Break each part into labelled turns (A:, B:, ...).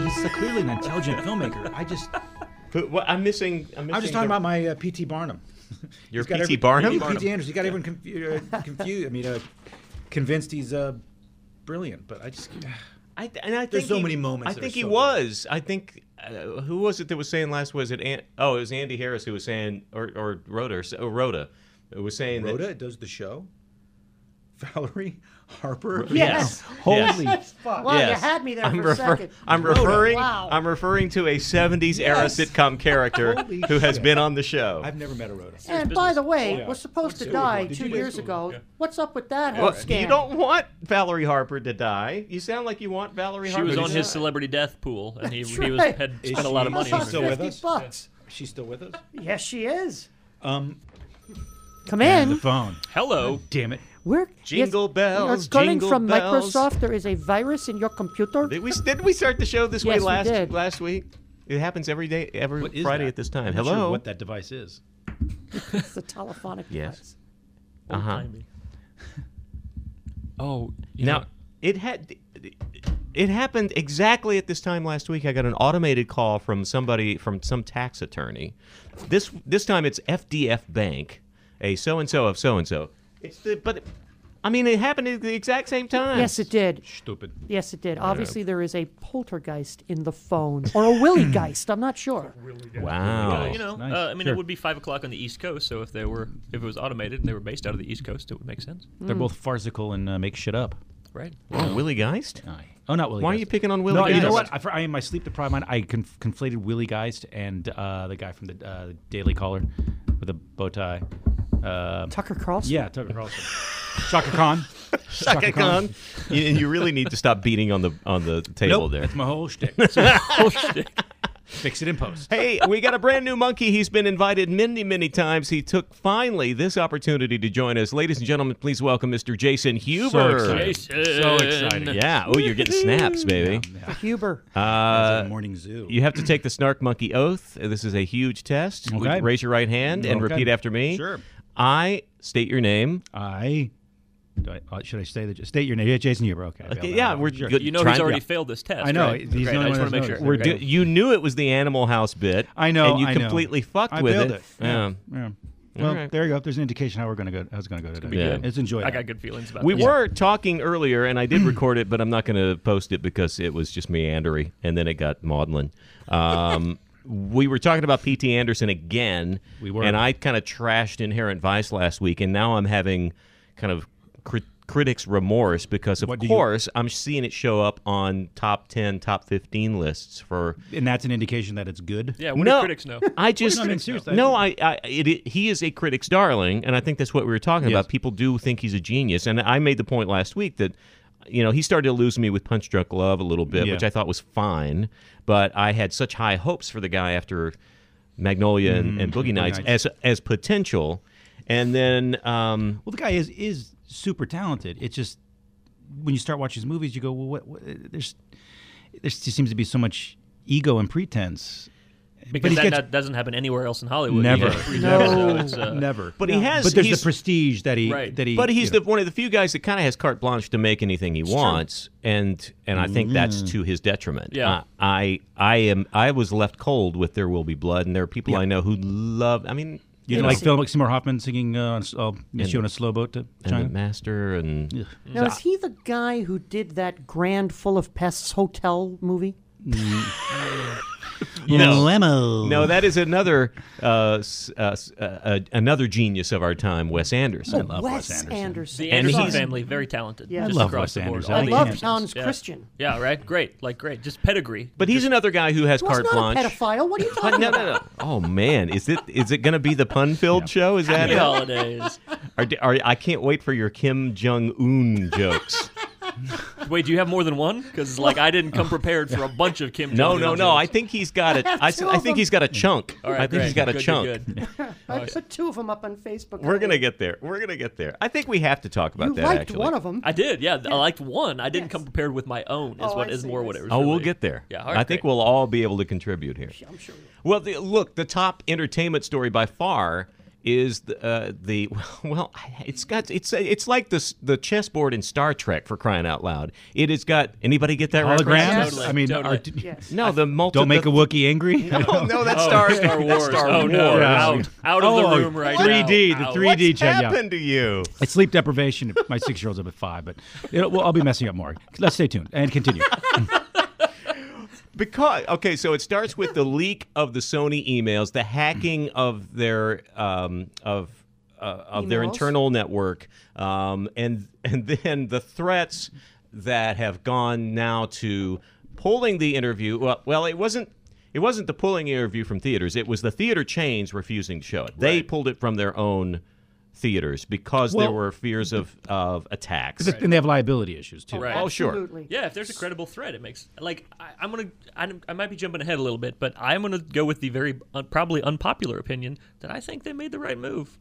A: He's a clearly an intelligent filmmaker. I just,
B: Who- what- I'm missing. I'm missing.
A: I'm just talking about my uh, P.T. Barnum.
B: your
A: He's got
B: PT
A: every-
B: Barnum.
A: P.T. Anderson. He got everyone confused. Uh, confused. I mean, uh, convinced he's uh, brilliant. But I just,
B: I th- and I think
A: There's so
B: he-
A: many moments
B: I
A: that
B: think
A: are
B: he
A: so good.
B: was. I think uh, who was it that was saying last? Was it? An- oh, it was Andy Harris who was saying, or or Rhoda, or, s- oh, Rhoda, who was saying that.
A: Rhoda does the show. Valerie Harper.
B: Yes.
A: Holy.
C: Wow,
B: Yes.
C: Oh, you had me there
B: I'm
C: for
B: refer-
C: a second.
B: I'm referring.
C: Wow.
B: I'm referring to a '70s era
A: Yes.
B: sitcom character
A: Holy
B: who has
A: shit.
B: been on the show.
A: I've never met a Rhoda.
C: and by the way, was supposed to die
A: Did
C: two
A: you-
C: years ago. What's up with that
B: Well,
C: whole scam?
B: you don't want Valerie Harper to die. You sound like you want Valerie
D: She
B: Harper.
D: was
B: to
D: on his
B: die.
D: celebrity death pool, and he,
C: That's
D: he was,
C: right.
D: had
A: Is
D: spent a lot of
A: she-
D: money.
A: is
D: on
A: she
D: it.
A: still with
C: 50
A: us?
C: bucks.
A: She's still with us.
C: Yes, she is.
A: Um,
C: Come
A: the
C: in.
A: phone.
D: Hello.
A: Damn it.
C: We're
B: Jingle bells,
C: It's calling
B: jingle
C: from
B: bells.
C: Microsoft. There is a virus in your computer.
B: Did we didn't we start the show this way
C: Yes, we
B: last
C: did.
B: last week? It happens every day, every
A: What is
B: Friday
A: that?
B: at this time.
A: I'm not
B: Hello.
A: Sure what that device is?
C: It's the telephonic
B: Yes.
C: device.
B: uh-huh.
D: Oh, you
B: Now
D: know,
B: it had it happened exactly at this time last week. I got an automated call from somebody from some tax attorney. This this time it's FDF Bank, a so and so of so and so. It's the but I mean it happened at the exact same time.
C: Yes, it did.
A: Stupid.
C: Yes, it did. Obviously, there is a poltergeist in the phone or a willy geist. I'm not sure.
B: Wow.
D: you know.
A: Oh. Nice.
D: Uh, I mean,
A: Sure.
D: it would be five o'clock on the East Coast. So if they were, if it was automated and they were based out of the East Coast, it would make sense,
A: They're
C: Hmm.
A: both farcical and uh, make shit up.
D: right?
B: Oh, Willie Geist?
A: Aye. Oh, not Willie.
B: Why are
A: Geist.
B: you picking on Willie
A: No, you
B: Geist?
A: know what? I, for, I am my sleep deprived mind. I conf- conflated Willie Geist and uh, the guy from the uh, Daily Caller with a bow tie. Uh,
B: Um,
C: Tucker Carlson.
A: yeah, Tucker Carlson. Shaka Khan. Shaka
B: Khan. you, and you really need to stop beating on the on the table
A: Nope,
B: there.
A: that's my whole shtick. Fix it in post.
B: Hey, we got a brand new monkey. He's been invited many, many times. He took finally this opportunity to join us. Ladies and gentlemen, please welcome Mr. Jason Huber.
A: excited.
D: So
A: exciting.
B: Yeah. Oh, you're getting snaps, baby.
C: Huber.
A: Uh, morning zoo.
B: You have to take the snark monkey oath. This is a huge test. Would you
A: Okay.
B: Raise your right hand and
A: Okay.
B: repeat after me.
A: Sure.
B: I state your name.
A: I. Do I uh, should I say the state your name? Yeah, Jason Huber. Okay. I'll
B: Okay,
A: allow
B: yeah,
A: that.
B: we're
A: sure.
B: good.
D: You know
B: Trying-
D: he's already
B: yeah.
D: failed this test.
A: I know,
D: Right?
A: he's the only
D: Great, I
A: one
D: just
A: that
D: want to make
A: knows.
D: sure.
B: We're
D: Okay.
B: do- you knew it was the Animal House bit.
A: I know,
B: And you
A: I know.
B: completely fucked
A: I
B: with
A: bailed
B: it.
A: it. Yeah.
B: Yeah.
A: Yeah. Well,
B: All right.
A: there you go. There's an indication how we're gonna go. How's it gonna go today?
B: be Yeah. good.
A: It's enjoyable.
D: I got good feelings about
B: We
D: this.
B: were talking earlier, and I did record it, but I'm not going to post it because it was just meandery, and then it got maudlin. Um, we were talking about P.T. Anderson again.
A: We were.
B: and I kind of trashed Inherent Vice last week, and now I'm having kind of crit- critics' remorse because, of
A: What do you-
B: course, I'm seeing it show up on top 10, top 15 lists for.
A: And that's an indication that it's good.
D: Yeah. What
B: no,
D: do critics know?
B: I just
A: I mean, seriously, I
B: no. I,
A: think-
B: I it, it- he is a critic's darling, and I think that's what we were talking about. People do think he's a genius, and I made the point last week that you know he started to lose me with Punch Drunk Love a little bit,
A: Yeah.
B: which I thought was fine, but I had such high hopes for the guy after Magnolia and, and Boogie Nights
A: Mm. Nights.
B: as as potential, and then um,
A: Well, the guy is is super talented. It's just when you start watching his movies, you go, well, what? what there's there just seems to be so much ego and pretense.
D: Because
A: he
D: that
A: gets-
D: not- doesn't happen anywhere else in Hollywood.
A: Never.
D: You know, free
C: No.
D: time, so it's, uh,
A: Never.
B: but he has
A: But there's the
B: he's-
A: prestige that he
D: Right.
A: that he.
B: But he's
A: you know,
B: the one of the few guys that kind of has carte blanche to make anything he wants, and and I think that's
A: Mm.
B: to his detriment.
D: Yeah.
B: Uh, I I am I was left cold with There Will Be Blood, and there are people I know who love. I mean,
A: you know, like Philip Seymour Hoffman singing uh, on s- uh, Miss You on a Slow Boat to
B: and the
A: China.
B: Master, and
C: Now, is he the guy who did that Grand Full of Pests hotel movie?
B: No.
E: Lemo.
B: No, that is another uh, s- uh, s- uh, uh, another genius of our time, Wes
A: Oh.
B: Anderson.
E: love Wes
C: Oh, Wes
E: Anderson.
C: Anderson.
D: The
B: And
D: Anderson
B: he's-
D: family, very talented.
C: Yeah. I
D: just
E: love
D: across
E: Wes
D: the board.
E: Anderson.
D: All
C: I
D: the
C: love
D: Andersons.
C: Hans
D: Yeah.
C: Christian.
D: Yeah, right. Great, like great, just pedigree.
B: But he's another guy who has
C: Well,
B: carte
C: it's not
B: blanche.
C: a pedophile. What are you
B: But
C: talking
B: no,
C: about?
B: no, no. Oh man, is it is it going to be the pun-filled show? Is that
D: Happy
B: it?
D: holidays.
B: Are, are, I can't wait for your Kim Jong Un jokes.
D: Wait, do you have more than one? Because like I didn't come prepared for a bunch of Kim.
B: Oh. No,
D: Jong-un
B: no, no. I
D: jokes.
B: think he's got a.
C: I have
B: I,
C: two
B: I
C: of
B: think
C: them.
B: he's got a chunk.
D: All right,
B: I think
D: great.
B: he's got a
D: Good, good,
B: chunk.
D: good.
C: I put two of them up on Facebook.
B: We're gonna get there. We're gonna get there. I think we have to talk about
C: You
B: that.
C: liked
B: actually,
C: one of them.
D: I did. Yeah, I liked one. I didn't
C: Yes.
D: come prepared with my own. Is
C: Oh,
D: what
C: I
D: is
C: see,
D: more
C: I
D: what
C: see.
D: it was.
B: Oh, we'll
D: really.
B: get there.
D: Yeah, all
B: I
D: right,
B: think
D: great.
B: we'll all be able to contribute here.
C: I'm sure. we will.
B: Well, the, look, the top entertainment story by far is the, uh, the well, I- it's got it's it's like this the chessboard in Star Trek for crying out loud. It has got anybody get that
E: Holograms.
B: reference?
D: Totally,
E: I mean,
D: totally.
E: are-
C: Yes.
B: No, the multi-
E: don't make a
B: the,
E: Wookiee angry.
B: Oh no, that's
D: Oh,
B: Star,
D: Star
B: that's
D: Wars.
B: Star
D: oh no,
B: Wars.
D: out, out of
E: Oh,
D: the room right
E: 3D,
D: now.
E: the
D: Out.
E: 3D.
B: What's
E: DJ, yeah.
B: happened to you?
E: It's sleep deprivation. My six year old's up at five, but you know, well, I'll be messing up more. Let's stay tuned and continue.
B: Because okay, so it starts with the leak of the Sony emails, the hacking of their um, of uh, of their
C: Emails.
B: internal network, um, and and then the threats that have gone now to pulling the interview. Well, well, it wasn't. It wasn't the pulling interview from theaters. It was the theater chains refusing to show it. They pulled it from their own theaters because there
E: Well-
B: were fears of, of attacks.
E: And they have liability issues too.
D: Right.
B: Oh, sure.
C: Absolutely.
D: Yeah, if there's a credible threat, it makes like I, I'm gonna I, I might be jumping ahead a little bit, but I'm gonna go with the very un, probably unpopular opinion that I think they made the right move.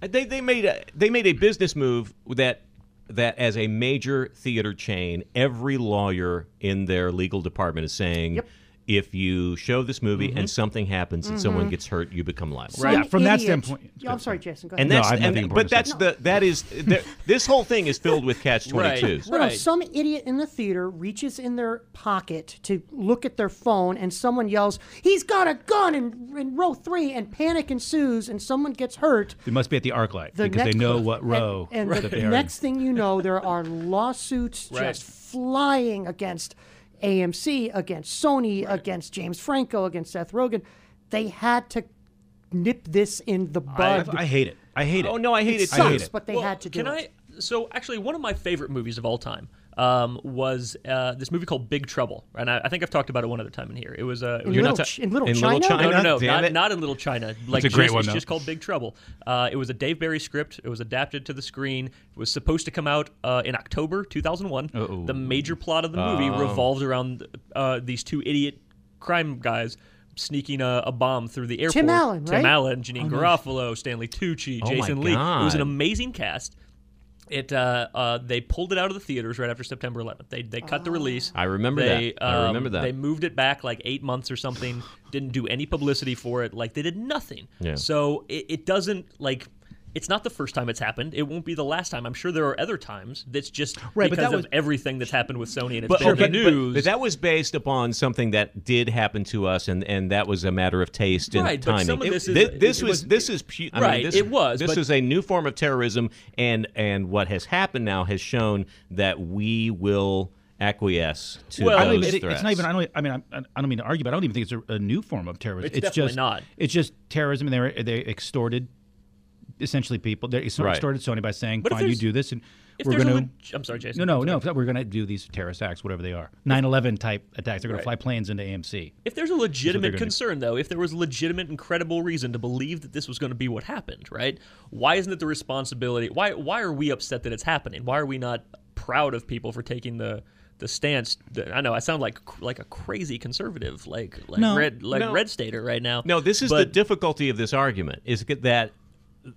B: They they made a they made a business move that that as a major theater chain, every lawyer in their legal department is saying. If you show this movie
E: Mm-hmm.
B: and something happens and someone gets hurt, you become liable.
C: Some
E: Yeah, from that
C: idiot-
E: standpoint-
C: Yeah, I'm sorry, Jason. Go ahead.
B: And
E: No,
B: that's
E: I have
B: and-
E: nothing
B: but
E: important to
B: that's
E: say.
B: the that is the, this whole thing is filled with catch twenty twos.
C: No, no,
D: Right.
C: some idiot in the theater reaches in their pocket to look at their phone, and someone yells, "He's got a gun!" in, in row three, and panic ensues, and someone gets hurt.
E: They must be at the arc light
C: The
E: because
C: next,
E: they know what row
C: And,
E: that
C: and
E: they
C: the
E: are in.
C: next thing you know, there are lawsuits
D: Right.
C: just flying against AMC, against Sony, against James Franco, against Seth Rogen. They had to nip this in the bud.
E: I, I hate it. I hate it.
B: Oh no, I hate
C: it
B: it.
C: sucks,
E: hate it.
C: but they
D: Well,
C: had to do
D: can
C: it.
D: I? So actually, one of my favorite movies of all time um, was uh, this movie called Big Trouble, and I, I think I've talked about it one other time in here. It was uh, it
C: In
D: was
B: You're
C: little,
B: not
C: Ch-
B: ta-
C: in little
B: in
C: China,
B: Little China?
D: No, no,
B: Damn
D: no,
B: it.
D: not, not in Little China. Like
E: a great
D: just,
E: one,
D: it's
E: though.
D: just called Big Trouble. Uh, it was a Dave Barry script. It was adapted to the screen. It was supposed to come out uh, in October 2001.
E: Uh-oh.
D: The major plot of the movie revolved around uh, these two idiot crime guys sneaking a, a bomb through the airport.
C: Tim Allen,
D: Tim
C: right?
D: Allen, Janine Garofalo, Stanley Tucci,
B: Oh my
D: Jason Lee. It
B: God.
D: was an amazing cast. It uh, uh, they pulled it out of the theaters right after September 11th. They they cut the
C: Ah.
D: release.
B: I remember
D: They,
B: that. I
D: um,
B: remember that.
D: They moved it back like eight months or something. didn't do any publicity for it. Like they did nothing.
B: Yeah.
D: So it, it doesn't like. It's not the first time it's happened. It won't be the last time. I'm sure there are other times. That's just
E: Right, but
D: because
E: that
D: of
E: was-
D: everything that's happened with Sony and it's
B: But,
D: been in
B: but,
D: the
B: but-
D: news.
B: but that was based upon something that did happen to us, and, and that was a matter of taste and
D: Right, but
B: timing.
D: some of this
B: It-
D: is-
B: thi- this
D: it
B: was,
D: was-
B: this is pu- I
D: Right,
B: mean, this,
D: it was,
B: This
D: but-
B: is a new form of terrorism, and and what has happened now has shown that we will acquiesce to
D: Well,
E: I
D: I
E: don't
D: mean,
B: those
E: even, it-
B: threats.
E: it's not even. I don't. I mean, I, I don't mean to argue, but I don't even think it's a, a new form of terrorism.
D: It's definitely
E: just
D: not.
E: It's just terrorism, and they were- they extorted essentially people. They extor-
B: Right.
E: extorted Sony by saying,
D: But if
E: "Fine, you
D: there's-
E: do this, and
D: if
E: we're
D: there's
E: going
D: a
E: to."
D: leg- I'm sorry, Jason.
E: no, no, no. We're going to do these terrorist acts, whatever they are. 9-11 type attacks. They're going to fly planes into AMC.
D: If there's a legitimate
E: gonna do.
D: concern, though, if there was legitimate and credible reason to believe that this was going to be what happened, right? Why isn't it the responsibility? Why why are we upset that it's happening? Why are we not proud of people for taking the the stance? That, I know I sound like like a crazy conservative, like like
E: No,
D: red like
B: no.
D: red stater right now.
B: No, this is the
D: but
B: difficulty of this argument is that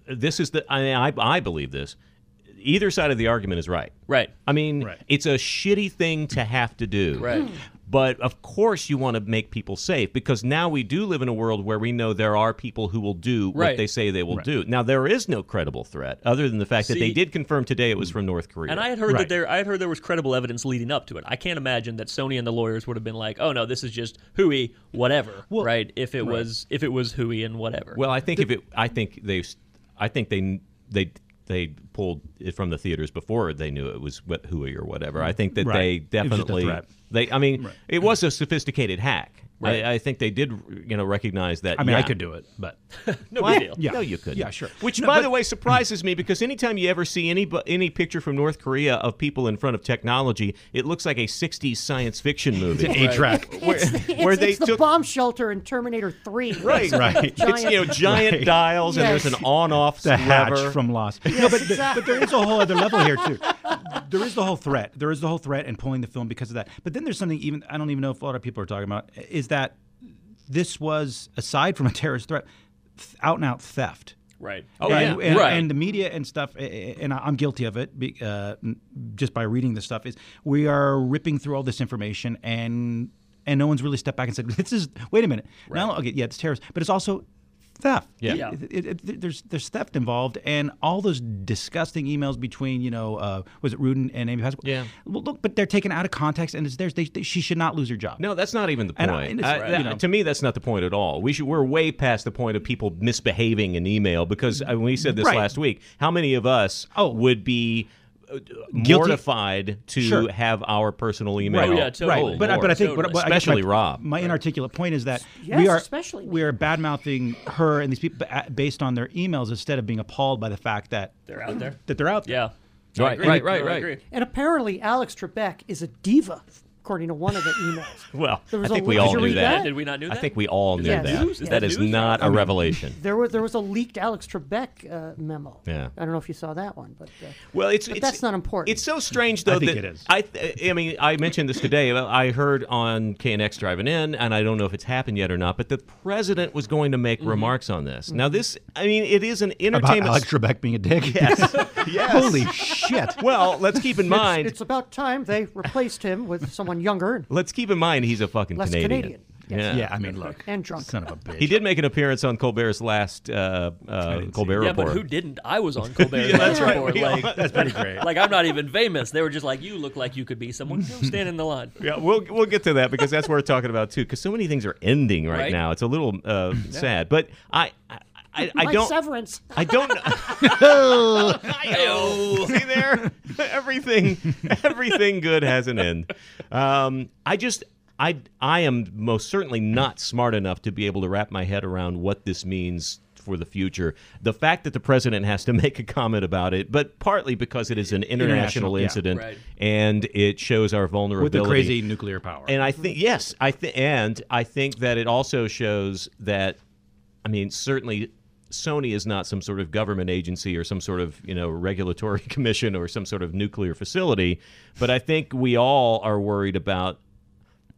B: this is the I, mean, I I believe this. Either side of the argument is right.
D: right.
B: I mean,
E: Right.
B: it's a shitty thing to have to do.
D: Right.
B: But of course, you want to make people safe because now we do live in a world where we know there are people who will do what
D: Right.
B: they say they will do. Now, there is no credible threat other than the fact that they
D: See-
B: did confirm today it was from North Korea.
D: And I had heard
E: Right.
D: that there, I had heard there was credible evidence leading up to it. I can't imagine that Sony and the lawyers would have been like, "Oh no, this is just hooey, whatever." right? If it was, if it was hooey and whatever.
B: well, I think if it, I think they, I think they, they, they pulled it from the theaters before they knew it was what, Huey or whatever. I think that
E: Right.
B: they
E: It was just a
B: definitely,
E: threat.
B: they, I mean, it was a sophisticated hack.
D: Right.
B: I, I think they did, you know, recognize that.
E: I mean, I
B: yeah.
E: could do it, but
D: No
B: What?
D: big deal.
E: Yeah.
B: No, you couldn't.
E: Yeah, sure.
B: Which,
E: No,
B: by
E: but-
B: the way, surprises me because anytime you ever see any bu- any picture from North Korea of people in front of technology, it looks like a '60s science fiction movie.
E: a track.
C: It's, it's,
B: where they
C: it's the
B: took-
C: bomb shelter in Terminator 3.
B: Right,
E: right.
B: It's you know giant
E: Right.
B: dials and
C: Yes.
B: there's an on-off
E: the hatch
B: lever.
E: from Lost. no, but, th- but there is a whole other level here too. There is the whole threat. There is the whole threat and pulling the film because of that. But then there's something even I don't even know if a lot of people are talking about is that this was aside from a terrorist threat, th- out and out theft.
D: Right.
B: Oh,
E: and,
B: yeah.
E: and,
D: Right.
E: and the media and stuff, eh, eh, and I- I'm guilty of it be- uh, n- just by reading this stuff. Is we are ripping through all this information, and and no one's really stepped back and said, "This is wait a minute." Now, okay, yeah, it's terrorist, but it's also theft.
B: Yeah.
D: Yeah.
E: It- it- it- there's there's theft involved, and all those disgusting emails between you know uh, was it Rudin and Amy Pascal?
B: Yeah.
E: Well, look, but they're taken out of context, and it's theirs. They, they, she should not lose her job.
B: No, that's not even the point.
E: And I- and it's-
B: I-
E: Right.
B: that-
E: you know.
B: To me, that's not the point at all. We should, we're way past the point of people misbehaving in email because I mean, we said this
E: Right.
B: last week. How many of us
E: Oh.
B: would be uh, mortified to
E: Sure.
B: have our personal email?
D: Oh, yeah, totally.
B: Oh,
E: But, I,
B: Lord.
E: but I think,
D: Totally.
E: but, but I guess
B: Especially
E: my,
B: Rob.
E: My inarticulate point is that
C: Yes,
E: we are
C: especially me.
E: we are bad mouthing her and these people ba- at- based on their emails instead of being appalled by the fact that
D: They're out there.
E: that they're out. there.
D: Yeah.
B: Right,
D: I agree.
B: right, right,
D: No, I
B: right.
D: agree.
C: And apparently, Alex Trebek is a diva, according to one of the emails.
B: well,
C: There
B: I
C: was a
B: think we
C: leak.
B: all
C: Did you
B: knew
C: read
B: that.
C: that?
D: Did we not do
B: I
D: that?
B: think we all knew
C: that
B: that.
D: news? Is
B: that
D: that
B: is
D: news?
B: not a revelation.
C: There was there was a leaked Alex Trebek uh, memo.
B: Yeah.
C: I don't know if you saw that one, but uh,
B: Well, it's,
C: But
B: it's-
C: that's not important.
B: It's so strange though.
E: I think
B: that
E: it is.
B: I, th- I mean, I mentioned this today. I heard on KNX driving in, and I don't know if it's happened yet or not. But the president was going to
C: Mm-hmm.
B: make remarks on this. Now, this, I mean, it is an
E: About
B: entertainment.
E: Alex Trebek being a dick.
B: yes.
E: Holy shit.
B: well, let's keep in mind.
C: it's about time they replaced him with someone younger and,
B: let's keep in mind he's a fucking
C: Less
B: Canadian.
C: Canadian,
E: Yeah, I mean, look,
C: and drunk.
E: son of a bitch.
B: He did make an appearance on Colbert's last uh, uh, Colbert
D: Yeah,
B: report.
D: but who didn't? I was on Colbert.
B: Yeah, that's right.
D: Report.
B: We all-
D: Like, that's pretty great. Like I'm not even famous. They were just like, you look like you could be someone. Go stand in the line.
B: Yeah, we'll we'll get to that because that's worth talking about too. Because so many things are ending right,
D: Right.
B: now. It's a little uh, sad, but I I, I, I
C: Mike
B: don't.
C: Severance.
B: I don't know. Hi-oh. See there? everything everything good has an end. Um, I just I I am most certainly not smart enough to be able to wrap my head around what this means for the future. The fact that the president has to make a comment about it, but partly because it is an international,
E: International, yeah.
B: incident
D: Right.
B: and it shows our
E: with
B: vulnerability
E: the crazy nuclear power.
B: and I think yes, I think and I think that it also shows that I mean certainly Sony is not some sort of government agency or some sort of you know regulatory commission or some sort of nuclear facility, but I think we all are worried about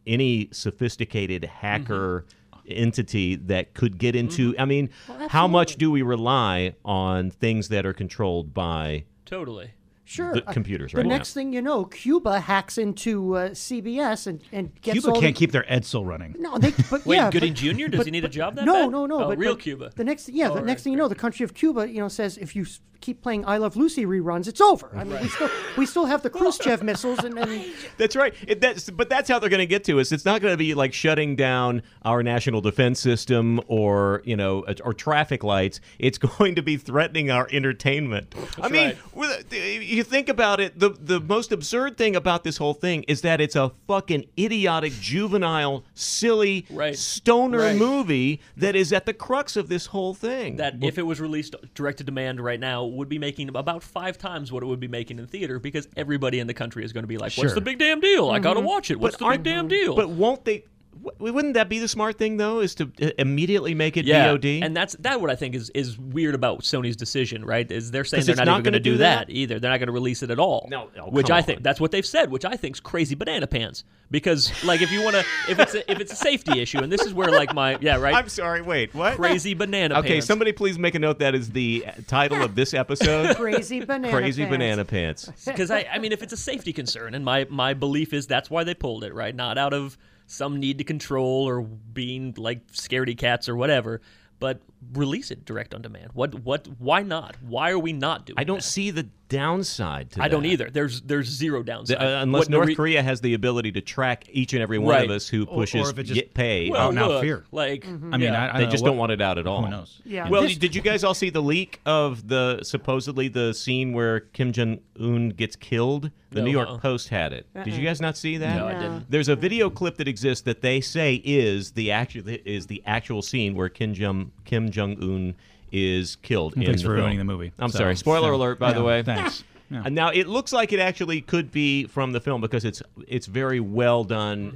B: any sophisticated hacker
C: Mm-hmm.
B: entity that could get into. I mean, how much do we rely on things that are controlled by
D: Totally.
C: Sure.
B: the
C: uh,
B: computers
C: The
B: right now.
C: next thing you know, Cuba hacks into uh, CBS and, and gets
E: Cuba
C: all
E: can't
C: the,
E: keep their Edsel running.
C: No, they, but
D: Wait,
C: yeah,
D: Gooding
C: but-
D: Jr. Does
C: but-
D: he need a
C: but-
D: job that
C: No,
D: bad?
C: no, no.
D: Oh,
C: but,
D: real
C: but
D: Cuba.
C: The next, yeah,
D: Oh,
C: the
D: right,
C: next thing you know, the country of Cuba, you know, says if you s- keep playing "I Love Lucy" reruns, it's over. I mean, we still we still have the Khrushchev missiles and, and
B: That's right. It, that's but that's how they're going to get to us. It's not going to be like shutting down our national defense system or you know uh, or traffic lights. It's going to be threatening our entertainment. I mean,
D: right.
B: with- you think about it. The the most absurd thing about this whole thing is that it's a fucking idiotic, juvenile, silly
D: Right.
B: stoner
D: Right.
B: movie that is at the crux of this whole thing.
D: That if it was released direct to demand right now, would be making about five times what it would be making in theater because everybody in the country is going to be like, "What's
E: Sure.
D: the big damn deal? I got to watch it. What's the big
B: aren't-
D: damn deal?"
B: But won't they? w- Wouldn't that be the smart thing though? Is to uh, immediately make it
D: yeah,
B: VOD?
D: and that's that. What I think is is weird about Sony's decision, right? Is they're saying
B: 'Cause
D: they're
B: it's
D: not,
B: not
D: even going to
B: gonna do
D: do that,
B: that.
D: either. They're not going to release it at all.
B: No, oh,
D: which
B: come
D: I think
B: on.
D: that's what they've said. Which I think's crazy banana pants because like if you want to, if it's a, if it's a safety issue, and this is where like my yeah right
B: I'm sorry. Wait, what?
D: crazy banana
B: Okay,
D: pants.
B: somebody please make a note that is the title of this episode.
C: crazy banana.
B: Crazy
C: pants.
B: banana pants.
D: because I, I mean if it's a safety concern and my my belief is that's why they pulled it right not out of some need to control or being like scaredy cats or whatever but release it direct on demand what what why not why are we not doing
B: I don't
D: that?
B: see the downside to
D: I don't
B: that.
D: either. There's there's zero downside
B: The- uh, unless
D: What
B: North
D: Nore-
B: Korea has the ability to track each and every one
D: Right.
B: of us who
E: Or-
B: pushes
E: or if it just-
B: get paid.
D: Well,
E: Oh, now
D: look,
E: fear. Mm-hmm.
D: Like
E: I mean,
D: yeah.
E: I, I
B: they
E: don't
B: just
E: know
B: don't
E: what-
B: want it out at all.
E: Who knows?
C: Yeah.
B: Well,
C: This-
B: did you guys all see the leak of the supposedly the scene where Kim Jong Un gets killed? The
D: No,
B: New York
D: uh-uh.
B: Post had it. Did you guys not see that?
D: No, I No. didn't.
B: There's a video clip that exists that they say is the actual is the actual scene where Kim Jong Kim Jong Un is killed. in
E: Thanks
B: the
E: for
B: film.
E: ruining the movie.
B: I'm
E: So-
B: sorry. Spoiler
E: so-
B: alert, by the
E: yeah,
B: way.
E: Thanks. Yeah.
B: And Now it looks like it actually could be from the film because it's it's very well
E: Mm-hmm.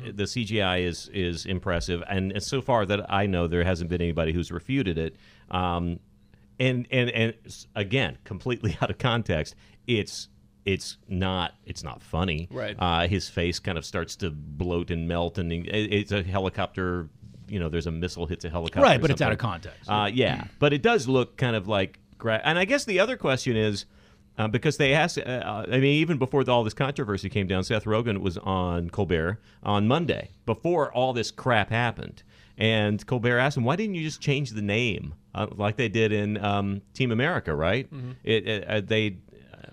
B: done. The CGI is is impressive, and so far that I know, there hasn't been anybody who's refuted it. Um, and and and s- again, completely out of context. It's it's not it's not funny.
D: Right.
B: Uh, his face kind of starts to bloat and melt, and it- it's a helicopter. You know, there's a missile hits a helicopter.
E: Right,
B: or
E: but it's out of
B: something.
E: context.
B: Uh, yeah, but it does look kind of like. Gra- and I guess the other question is uh, because they asked. Uh, uh, I mean, even before all this controversy came down, Seth Rogen was on Colbert on Monday before all this crap happened, and Colbert asked him, "Why didn't you just change the name uh, like they did in um, Team America? Right? It, it- uh, they."
D: Mm-hmm.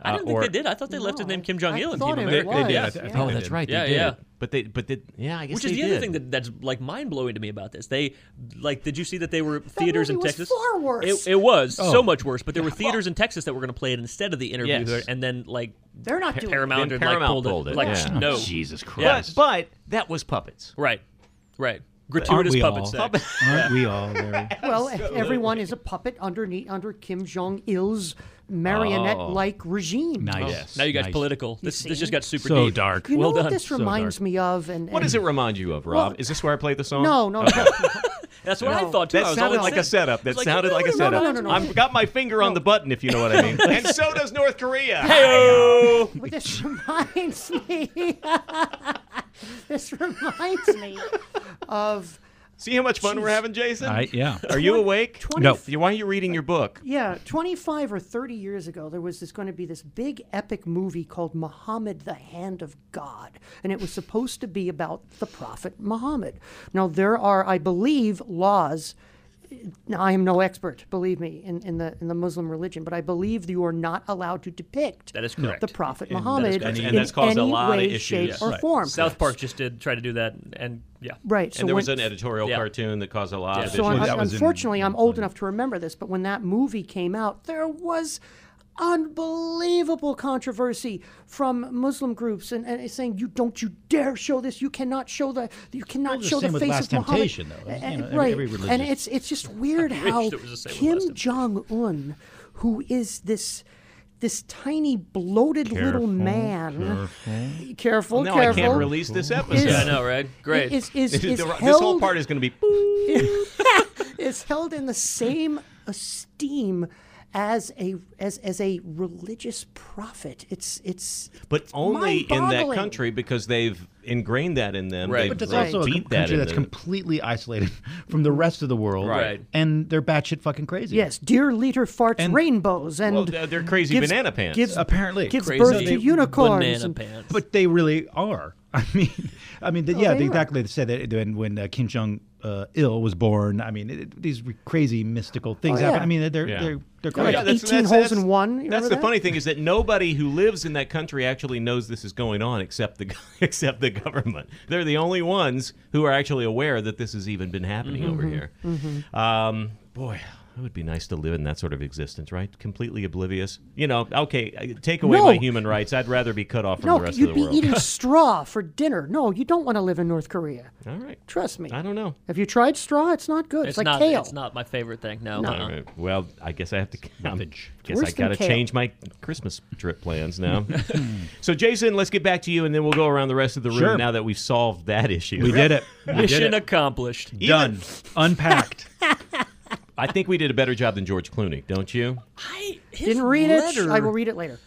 D: I didn't
B: uh,
D: think
B: or-
D: they did. I thought they left his
C: No,
D: name
C: I-
D: Kim Jong Il
C: I
D: in
C: thought
D: Team
C: it
D: America.
C: was.
E: They did, I
D: Yeah.
E: th- I think
B: Oh,
E: they
B: that's
E: did.
B: right. They
D: Yeah,
B: did.
D: yeah.
B: But they, but they, yeah, I guess
D: Which is
B: they
D: the other
B: did.
D: thing that, that's like mind blowing to me about this. They like, did you see that they were
C: That
D: theaters in
C: movie was
D: Texas?
C: far worse.
D: It, it was
E: Oh.
D: so much worse. But there were theaters in Texas that were going to play it instead of the interview,
B: Yes.
D: here, and then like
C: They're not
D: Pa-
C: doing
D: Paramount
B: Then
D: had,
B: Paramount
D: like pulled
B: pulled
D: it.
B: it,
D: Like
B: yeah.
D: no,
F: Jesus Christ.
D: Yes.
B: But that was puppets.
D: right, right.
E: Aren't
D: Gratuitous
E: we
D: puppet
E: all?
D: sex.
E: Aren't we all? Larry?
C: Well, if everyone is a puppet underneath under Kim Jong Il's marionette-like regime.
E: Nice.
D: Now you guys
E: Nice.
D: political. This
C: see?
D: this just got super
E: So
D: deep.
E: dark.
C: You
D: well
C: know what
D: done.
C: this reminds me of, and,
B: What
C: and
B: does it remind you of, Rob?
C: Well-
B: is this where I play the song? Oh,
C: No, no, no.
D: That's what I
C: No.
D: thought too.
B: That
D: I was
B: sounded
D: all
B: like a
D: excited.
B: setup.
D: I
B: That
D: was like,
B: sounded
D: no,
B: like a
D: no, no,
B: setup.
D: no,
C: no, no, no.
B: I've got my finger on the button, if you know what I mean. and so does North Korea.
C: But this reminds me. this reminds me of
B: See how much fun we're having, Jason?
E: I, yeah.
B: Are you awake?
C: 20 No.
B: You- Why are you reading your book?
C: yeah, 25 or 30 years ago, there was this going to be this big epic movie called Muhammad, the Hand of God, and it was supposed to be about the Prophet Muhammad. Now there are, I believe, laws. Now, I am no expert, believe me, in, in the in the Muslim religion, but I believe you are not allowed to depict
D: That is correct.
C: the Prophet Muhammad
D: correct.
C: in
D: And-
B: and that's caused a
C: any
B: lot of
C: way,
B: issues.
C: shape,
B: Yes.
C: or
E: Right.
C: form.
D: South Park just did try to do that, and yeah,
C: Right.
B: And there was
C: when-
B: an editorial
D: Yeah.
B: cartoon that caused a lot of
D: So
B: issues.
C: So un-
E: that was in-
C: unfortunately, I'm old enough to remember this, but when that movie came out, there was unbelievable controversy from Muslim groups and, and saying you don't you dare show this you cannot show the you cannot
E: the
C: show
E: same with
C: face
E: Last
C: of Muhammad
E: Temptation, though. You know,
C: And-
E: every-
C: right
E: every religious-
C: and it's it's just weird how
D: there was the same with Last
C: Kim
D: Temptation.
C: Jong Un who is this this tiny bloated little man careful careful,
B: now I can't release this episode.
D: I know, right? Great.
C: is, is,
B: This,
C: is
B: this whole
C: held-
B: part is going to be. boop.
C: is held in the same esteem as a as as a religious prophet. It's it's
B: But only in that
C: mind-boggling.
B: country because they've ingrained that in them.
D: Right.
B: They've-
D: But
E: But that's
B: they've
E: also a
B: beat
E: com-
B: that
E: country
B: in
E: that's
B: them.
E: completely isolated from the rest of the world.
D: Right.
E: And they're batshit fucking crazy.
C: yes, dear leader farts
E: And-
C: rainbows and
B: Well, they're they're crazy
C: gives-
B: banana pants.
C: gives
E: Apparently.
C: gives
D: Crazy
C: birth to
D: banana
C: unicorns.
D: banana
C: and-
D: pants.
E: But they really are. I mean, I mean, the, yeah,
C: Oh, they
E: they
C: are.
E: exactly. They said that when, when uh, Kim Jong uh, Il was born. I mean, it, it- these re- crazy mystical things
C: Oh, yeah.
E: happen. I mean, they're
B: Yeah.
E: they're they're
C: Oh,
E: crazy.
C: yeah, 18 holes in one, you
B: That's
C: remember
B: the
C: that?
B: funny thing is that nobody who lives in that country actually knows this is going on, except the except the government. They're the only ones who are actually aware that this has even been happening over
C: Mm-hmm.
B: here. Um, boy. It would be nice to live in that sort of existence, right? Completely oblivious. You know, okay, I- take away
C: No.
B: my human rights. I'd rather be cut off from the
C: No,
B: rest
C: you'd
B: of
C: be
B: the world.
C: eating straw for dinner. No, you don't want to live in North Korea.
B: All right.
C: Trust me.
B: I don't know.
C: Have you tried straw? It's not good. It's,
D: it's
C: like
D: not
C: kale.
D: it's not my favorite thing. No.
B: All
D: uh-uh.
B: right. Well, I guess I have to. I guess I
C: worse than
B: got to
C: kale.
B: change my Christmas trip plans now. so, Jason, let's get back to you, and then we'll go around the rest of the room
E: Sure.
B: now that we've solved that issue.
E: we did it. We
D: Mission
E: did it.
D: accomplished.
E: Done. Unpacked.
B: I think we did a better job than George Clooney, don't you?
D: I his
C: Didn't read
D: letter,
C: it. I will read it later.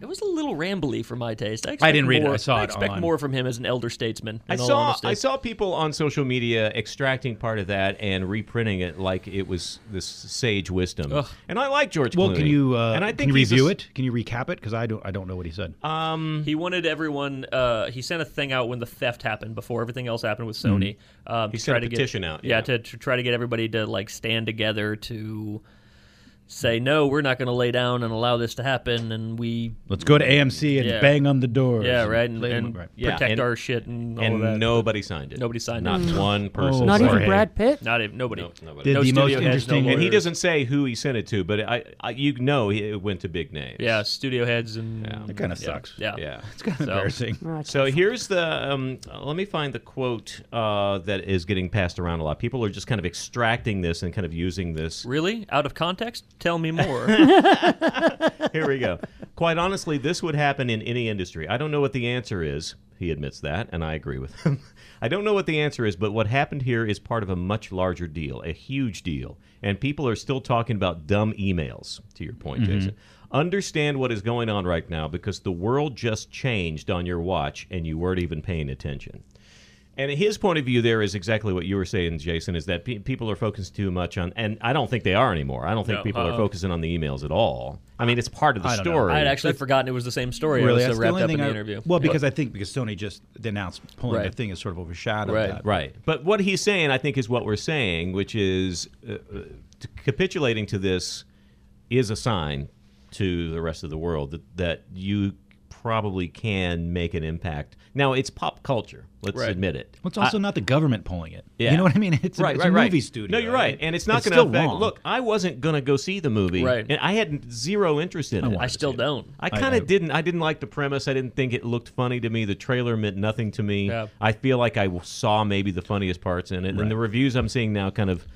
D: It was a little rambly for my taste. I,
E: I
D: expect
E: didn't read it. I
D: more,
E: saw it
D: expect
E: on-
D: more from him as an elder statesman.
B: I
D: in all
B: saw
D: honesty.
B: I saw people on social media extracting part of that and reprinting it like it was this sage wisdom.
D: Ugh.
B: And I like George Clooney.
E: Well, can you uh,
B: and I
E: can
B: think
E: you
B: he's a
E: review
B: s- Um,
E: it? Can you recap it? Because I don't I don't know what he said.
D: He wanted everyone. Uh, he sent a thing out when the theft happened, before everything else happened with Sony. Um, he
B: sent a petition out,
D: Yeah,
B: yeah.
D: to, to try to get everybody to like stand together to say no, we're not going to lay down and allow this to happen, and we
E: Let's go to AMC and
D: Yeah.
E: bang on the doors.
D: yeah right and,
E: Play them-
D: and
E: right.
B: Yeah,
D: protect
B: and-
D: our shit and, all of that.
B: and nobody signed it. Oh,
D: Nobody signed
B: Not
D: it.
B: one person.
C: Not even
E: Sorry.
C: Brad Pitt.
D: Not even nobody.
B: No, nobody.
E: Did
D: No
E: the
D: studio
E: most
D: heads, no
E: interesting,
D: lawyer.
B: And he doesn't say who he sent it to, but I, I you know he, it went to big names.
D: Yeah, studio heads and
E: That kinda sucks.
D: Yeah,
B: Yeah.
E: It's kind of embarrassing.
B: So here's the. Um, let me find the quote uh, that is getting passed around a lot. People are just kind of extracting this and kind of using this.
D: Really? Out of context? Tell me more.
B: Here we go. Quite honestly, this would happen in any industry. I don't know what the answer is. He admits that, and I agree with him. I don't know what the answer is, but what happened here is part of a much larger deal, a huge deal. And people are still talking about dumb emails, to your point, Jason. Understand what is going on right now because the world just changed on your watch and you weren't even paying attention. And his point of view there is exactly what you were saying, Jason, is that pe- people are focused too much on, and I don't think they are anymore. I don't think
D: No,
B: people are
D: uh-uh.
B: focusing on the emails at all. I mean, it's part of the story.
D: I had actually forgotten it was the same story. I was so
E: that's the
D: wrapped
E: only
D: up in
E: thing
D: the
E: I-
D: interview.
E: Well, because I think because Sony just announced pulling the
D: Right.
E: thing is sort of overshadowed
D: Right.
E: that.
B: Right. But what he's saying, I think, is what we're saying, which is uh, uh, t- capitulating to this is a sign to the rest of the world that, that you probably can make an impact. Now, it's pop culture. Let's
D: Right.
B: admit it.
E: Well, it's also not the government pulling it.
B: Yeah.
E: You know what I mean? It's, a-
B: right,
E: it's
B: right,
E: a
B: right.
E: movie studio.
B: No, you're right, and it's not going to
E: still
B: affect.
E: wrong.
B: Look, I wasn't going to go see the movie,
D: Right.
B: And I had zero interest in it.
D: I still don't.
B: I kind
E: I-
B: of didn't. I didn't like the premise. I didn't think it looked funny to me. The trailer meant nothing to me.
D: Yeah.
B: I feel like I w- saw maybe the funniest parts in it, and the reviews I'm seeing now kind of.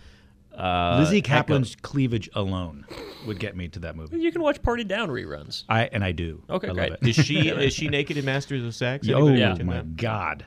B: Uh,
E: Lizzie
B: echo-
E: Kaplan's cleavage alone would get me to that movie.
D: you can watch Party Down reruns.
E: I and I do.
D: Okay,
E: I
D: great.
E: love it.
B: Is she is she naked in Masters of Sex?
E: Oh
D: Yeah.
E: my
B: God.
E: god.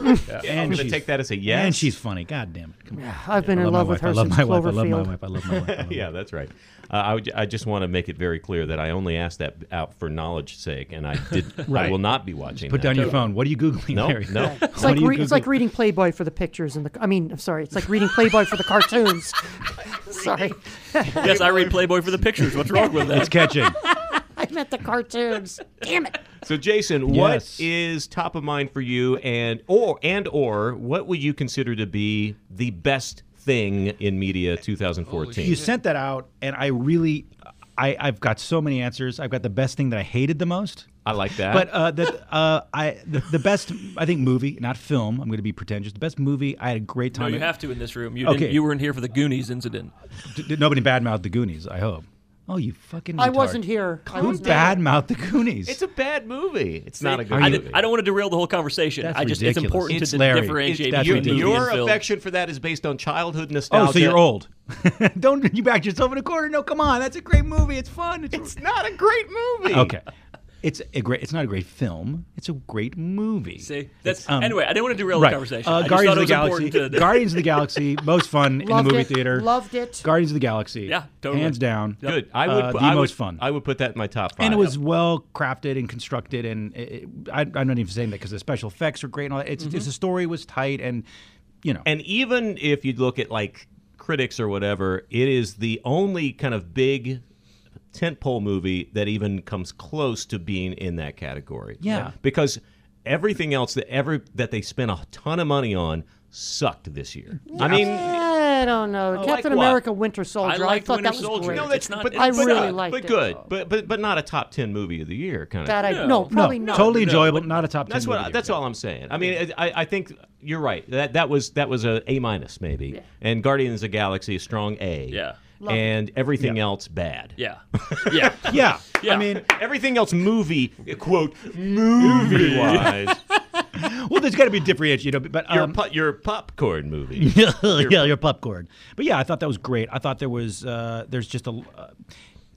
B: I'm
E: And
B: going to
E: she's-
B: take that as a yes.
E: And she's funny. God damn it. Come on.
C: I've been
E: I
C: in
E: my
C: love with
E: wife. I
C: her
E: love
C: since
E: my wife. I love my
C: Cloverfield.
E: wife. I love my wife. I love my
B: yeah, that's right. Uh, I, would, I just want to make it very clear that I only asked that out for knowledge's sake, and I did. I
E: Right.
B: will not be watching.
E: Put
B: that.
E: down your phone. What are you googling,
B: No,
E: Larry?
B: no.
C: It's like,
E: do you
C: re- it's
E: Google?
C: like reading Playboy for the pictures and the. I mean, I'm sorry. It's like reading Playboy for the cartoons. sorry,
D: yes, I read Playboy for the pictures. What's wrong with
E: It's
D: that?
E: catching.
C: I meant the cartoons. Damn it!
B: So, Jason, what
E: Yes.
B: is top of mind for you, and or and or what would you consider to be the best thing in media 2014?
E: you sent that out, and I really, I, I've got so many answers. I've got the best thing that I hated the most.
B: I like that.
E: But uh, the uh, I the, the best I think movie, not film. I'm going to be pretentious. The best movie I had a great
D: No,
E: time.
D: you
E: at-
D: have to in this room. You,
E: Okay.
D: didn't, you weren't here for the Goonies incident.
E: D- d- nobody badmouthed the Goonies. I hope. Oh, you fucking.
C: I
E: retard.
C: wasn't here. I
E: Who
C: was there.
E: badmouthed the Goonies?
B: it's a bad movie. It's not a good
D: I,
B: movie.
D: did, I don't want to derail the whole conversation.
E: That's
D: I just it's
E: ridiculous.
D: important
E: It's
D: to
E: Larry.
D: differentiate
E: It's- that's
D: between
B: your,
D: movie
E: ridiculous.
B: your
D: and film.
B: affection for that is based on childhood nostalgia.
E: oh, so you're old. Don't you backed yourself in a corner? No, come on. That's a great movie. It's fun. It's,
B: It's not a great movie.
E: okay. It's a great. It's not a great film. It's a great movie.
D: See, that's
E: um,
D: anyway. I didn't want to derail
E: right.
D: the conversation.
E: Uh,
D: I just
E: Guardians
D: thought it
E: of
D: was
E: the Galaxy.
D: important to.
E: Guardians of the Galaxy. Most fun in
C: Loved
E: the movie
C: it.
E: theater.
C: Loved it.
E: Guardians of the Galaxy.
D: Yeah, totally.
E: Hands down.
B: Good. I would.
E: Uh,
B: put-
E: the
B: I
E: most
B: would,
E: fun.
B: I would put that in my top five.
E: and it was well crafted and constructed, and it, it- I, I'm not even saying that because the special effects were great and all that. It's,
C: Mm-hmm.
E: it's the story was tight, and you know,
B: And even if you look at like critics or whatever, it is the only kind of big tentpole movie that even comes close to being in that category.
E: Yeah.
B: Because everything else that ever that they spent a ton of money on sucked this year. I mean,
C: I don't know. Captain
B: what?
C: America, Winter Soldier. I,
D: liked
C: thought
D: Winter
C: that was
D: Soldier.
C: great.
D: No,
B: that's
D: It's not-
B: but,
D: I
B: but,
C: really
B: but,
C: liked it.
B: good, but but but not a top ten movie of the year kind
C: that
B: of.
C: I no,
D: No. No,
C: probably
E: no,
C: not.
E: totally enjoyable, not a top. 10
B: That's what.
E: movie
B: I, that's all I'm saying. I mean, I, I think you're right. That that was that was a A minus maybe, and Guardians of the Galaxy a strong A.
D: Yeah.
B: and everything else bad.
D: Yeah, yeah.
E: Yeah,
D: Yeah.
E: I mean,
B: Everything else movie quote movie wise.
E: well, there's got to be differentiation, you know. But
B: your
E: um,
B: pu- your popcorn movie.
E: yeah, your popcorn. But yeah, I thought that was great. I thought there was uh, there's just a uh,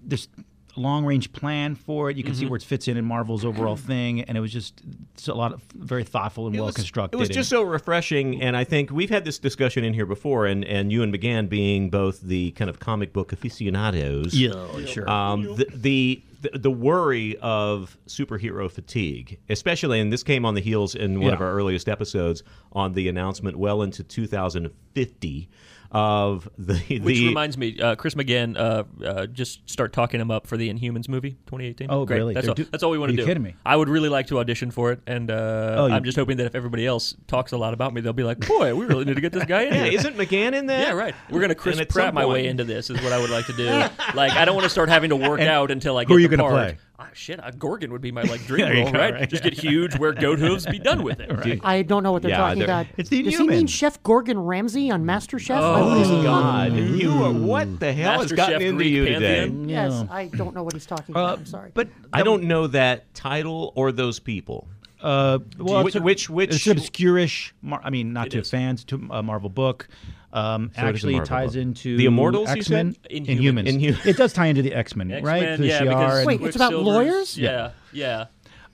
E: there's a long range plan for it. You can
B: Mm-hmm.
E: see where it fits in in Marvel's overall thing, and it was just it's a lot of very thoughtful and
B: It
E: well
B: was-
E: constructed.
B: It was
E: and-
B: just so refreshing, and I think we've had this discussion in here before, and and you and McGann being both the kind of comic book aficionados.
D: oh,
E: yeah, sure.
B: um, the, the the worry of superhero fatigue, especially, and this came on the heels in one of
E: Yeah.
B: our earliest episodes on the announcement well into 2050 of the, the
D: Which reminds me, uh, Chris McGann, uh, uh, just start talking him up for the Inhumans movie 2018.
E: Oh,
D: Great.
E: really?
D: That's
E: They're
D: all,
E: do-
D: that's all we want
E: Are
D: to do.
E: you kidding me?
D: I would really like to audition for it, and uh,
E: Oh, you-
D: I'm just hoping that if everybody else talks a lot about me, they'll be like, boy, we really need to get this guy in
B: yeah,
D: here.
B: isn't McGann in there?
D: Yeah, right. We're gonna Chris
B: And at
D: Pratt
B: some
D: my
B: point-
D: way into this is what I would like to do. like I don't want to start having to work
E: And
D: out until I get
E: who are you
D: the
E: gonna
D: part.
E: play?
D: Ah, shit, a Gorgon would be my like dream
E: There you
D: role,
E: go,
D: right?
E: right.
D: Just get huge, wear goat hooves, be done with it. Right.
C: I don't know what they're
B: Yeah,
C: talking
B: they're-
C: about.
E: It's the
C: Does he mean
E: Inhumans.
C: Chef Gorgon Ramsay on Master Chef?
D: Oh,
B: Oh, God, you are what the hell has
D: Master
B: gotten
D: Chef
B: into
D: Greek
B: you today?
D: pantheon?
C: Yes, I don't know what he's talking about. I'm sorry.
E: But
B: I don't know that title or those people.
E: Uh, well,
B: you-
E: it's a-
B: which- which-
E: it's an obscurish. Mar- I mean, not to
D: is.
E: fans, to a Marvel book. Um,
B: it is a
E: actually,
B: Marvel
E: ties
B: book.
E: into
B: The Immortals, you
E: X-Men,
B: said?
D: Inhumans.
E: Inhumans.
B: Inhu-
E: It does tie into the X-Men, right?
D: X-Men, yeah, because
C: Wait, it's about
D: Quicksilver's-
C: lawyers?
D: Yeah, yeah.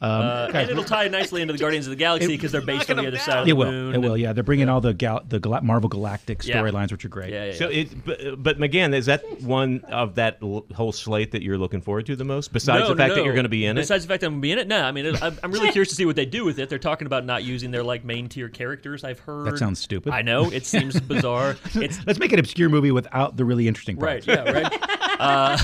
E: Um,
D: Uh, and it'll tie nicely into the Guardians of the Galaxy because they're based on the other side of the
E: it will.
D: moon.
E: It will. Yeah, they're bringing all the gal- the gla- Marvel Galactic
D: Yeah.
E: storylines, which are great.
D: Yeah, yeah, yeah.
B: So it, but, but McGann, is that one of that l- whole slate that you're looking forward to the most? Besides
D: No,
B: the fact
D: no,
B: that
D: no.
B: you're going to be in it,
D: Besides the fact that I'm going to be in it, no. I mean, it, I'm, I'm really curious to see what they do with it. They're talking about not using their like main tier characters. I've heard
E: That sounds stupid.
D: I know it seems bizarre. It's
E: Let's make an obscure movie without the really interesting
D: right,
E: parts.
D: yeah, right,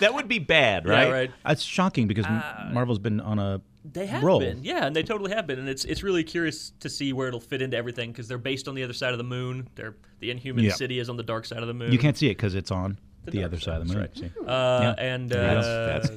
B: that would be bad, right?
D: yeah, right.
E: That's shocking because M Marvel's been on a
D: They have
E: roll.
D: been, yeah, and they totally have been, and it's it's really curious to see where it'll fit into everything because they're based on the other side of the moon. They're the Inhuman
E: Yeah.
D: city is on the dark side of the moon.
E: You can't see it because it's on the,
D: dark
E: other side of the moon.
D: side,
E: see?
D: Uh,
E: Yeah.
D: and
B: That's-
D: uh,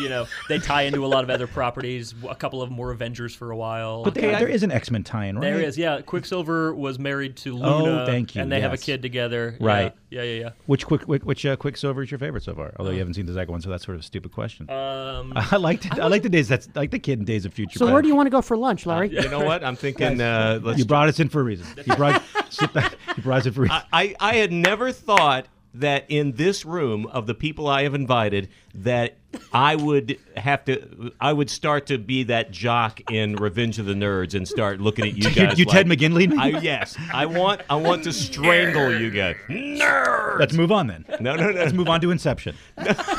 D: you know they tie into a lot of other properties. A couple of them were Avengers for a while.
E: But there- there is an X-Men tie-in, right?
D: There is, yeah. Quicksilver was married to
E: Oh,
D: Luna.
E: thank you,
D: And they have a
E: yes.
D: kid together. Yeah.
E: Right.
D: Yeah, yeah,
E: Which quick, which, which uh, Quicksilver is your favorite so far? Although you haven't seen the second one, so that's sort of a stupid question.
D: yeah. Um,
E: I liked it. I like the days. That's I like the kid in Days of Future.
C: so
E: Past.
C: where do you want to go for lunch, Larry?
B: You know what? I'm thinking. Uh, let's.
E: You brought us in for a reason. You brought sit back. You brought us in for a reason.
B: I I had never thought that in this room of the people I have invited that I would have to I would start to be that jock in Revenge of the Nerds and start looking at you
E: You,
B: guys.
E: you
B: like,
E: Ted McGinley. me?
B: I, yes, I want I want to strangle you guys. Nerd.
E: Let's move on then.
B: No, no, no.
E: Let's move on to Inception.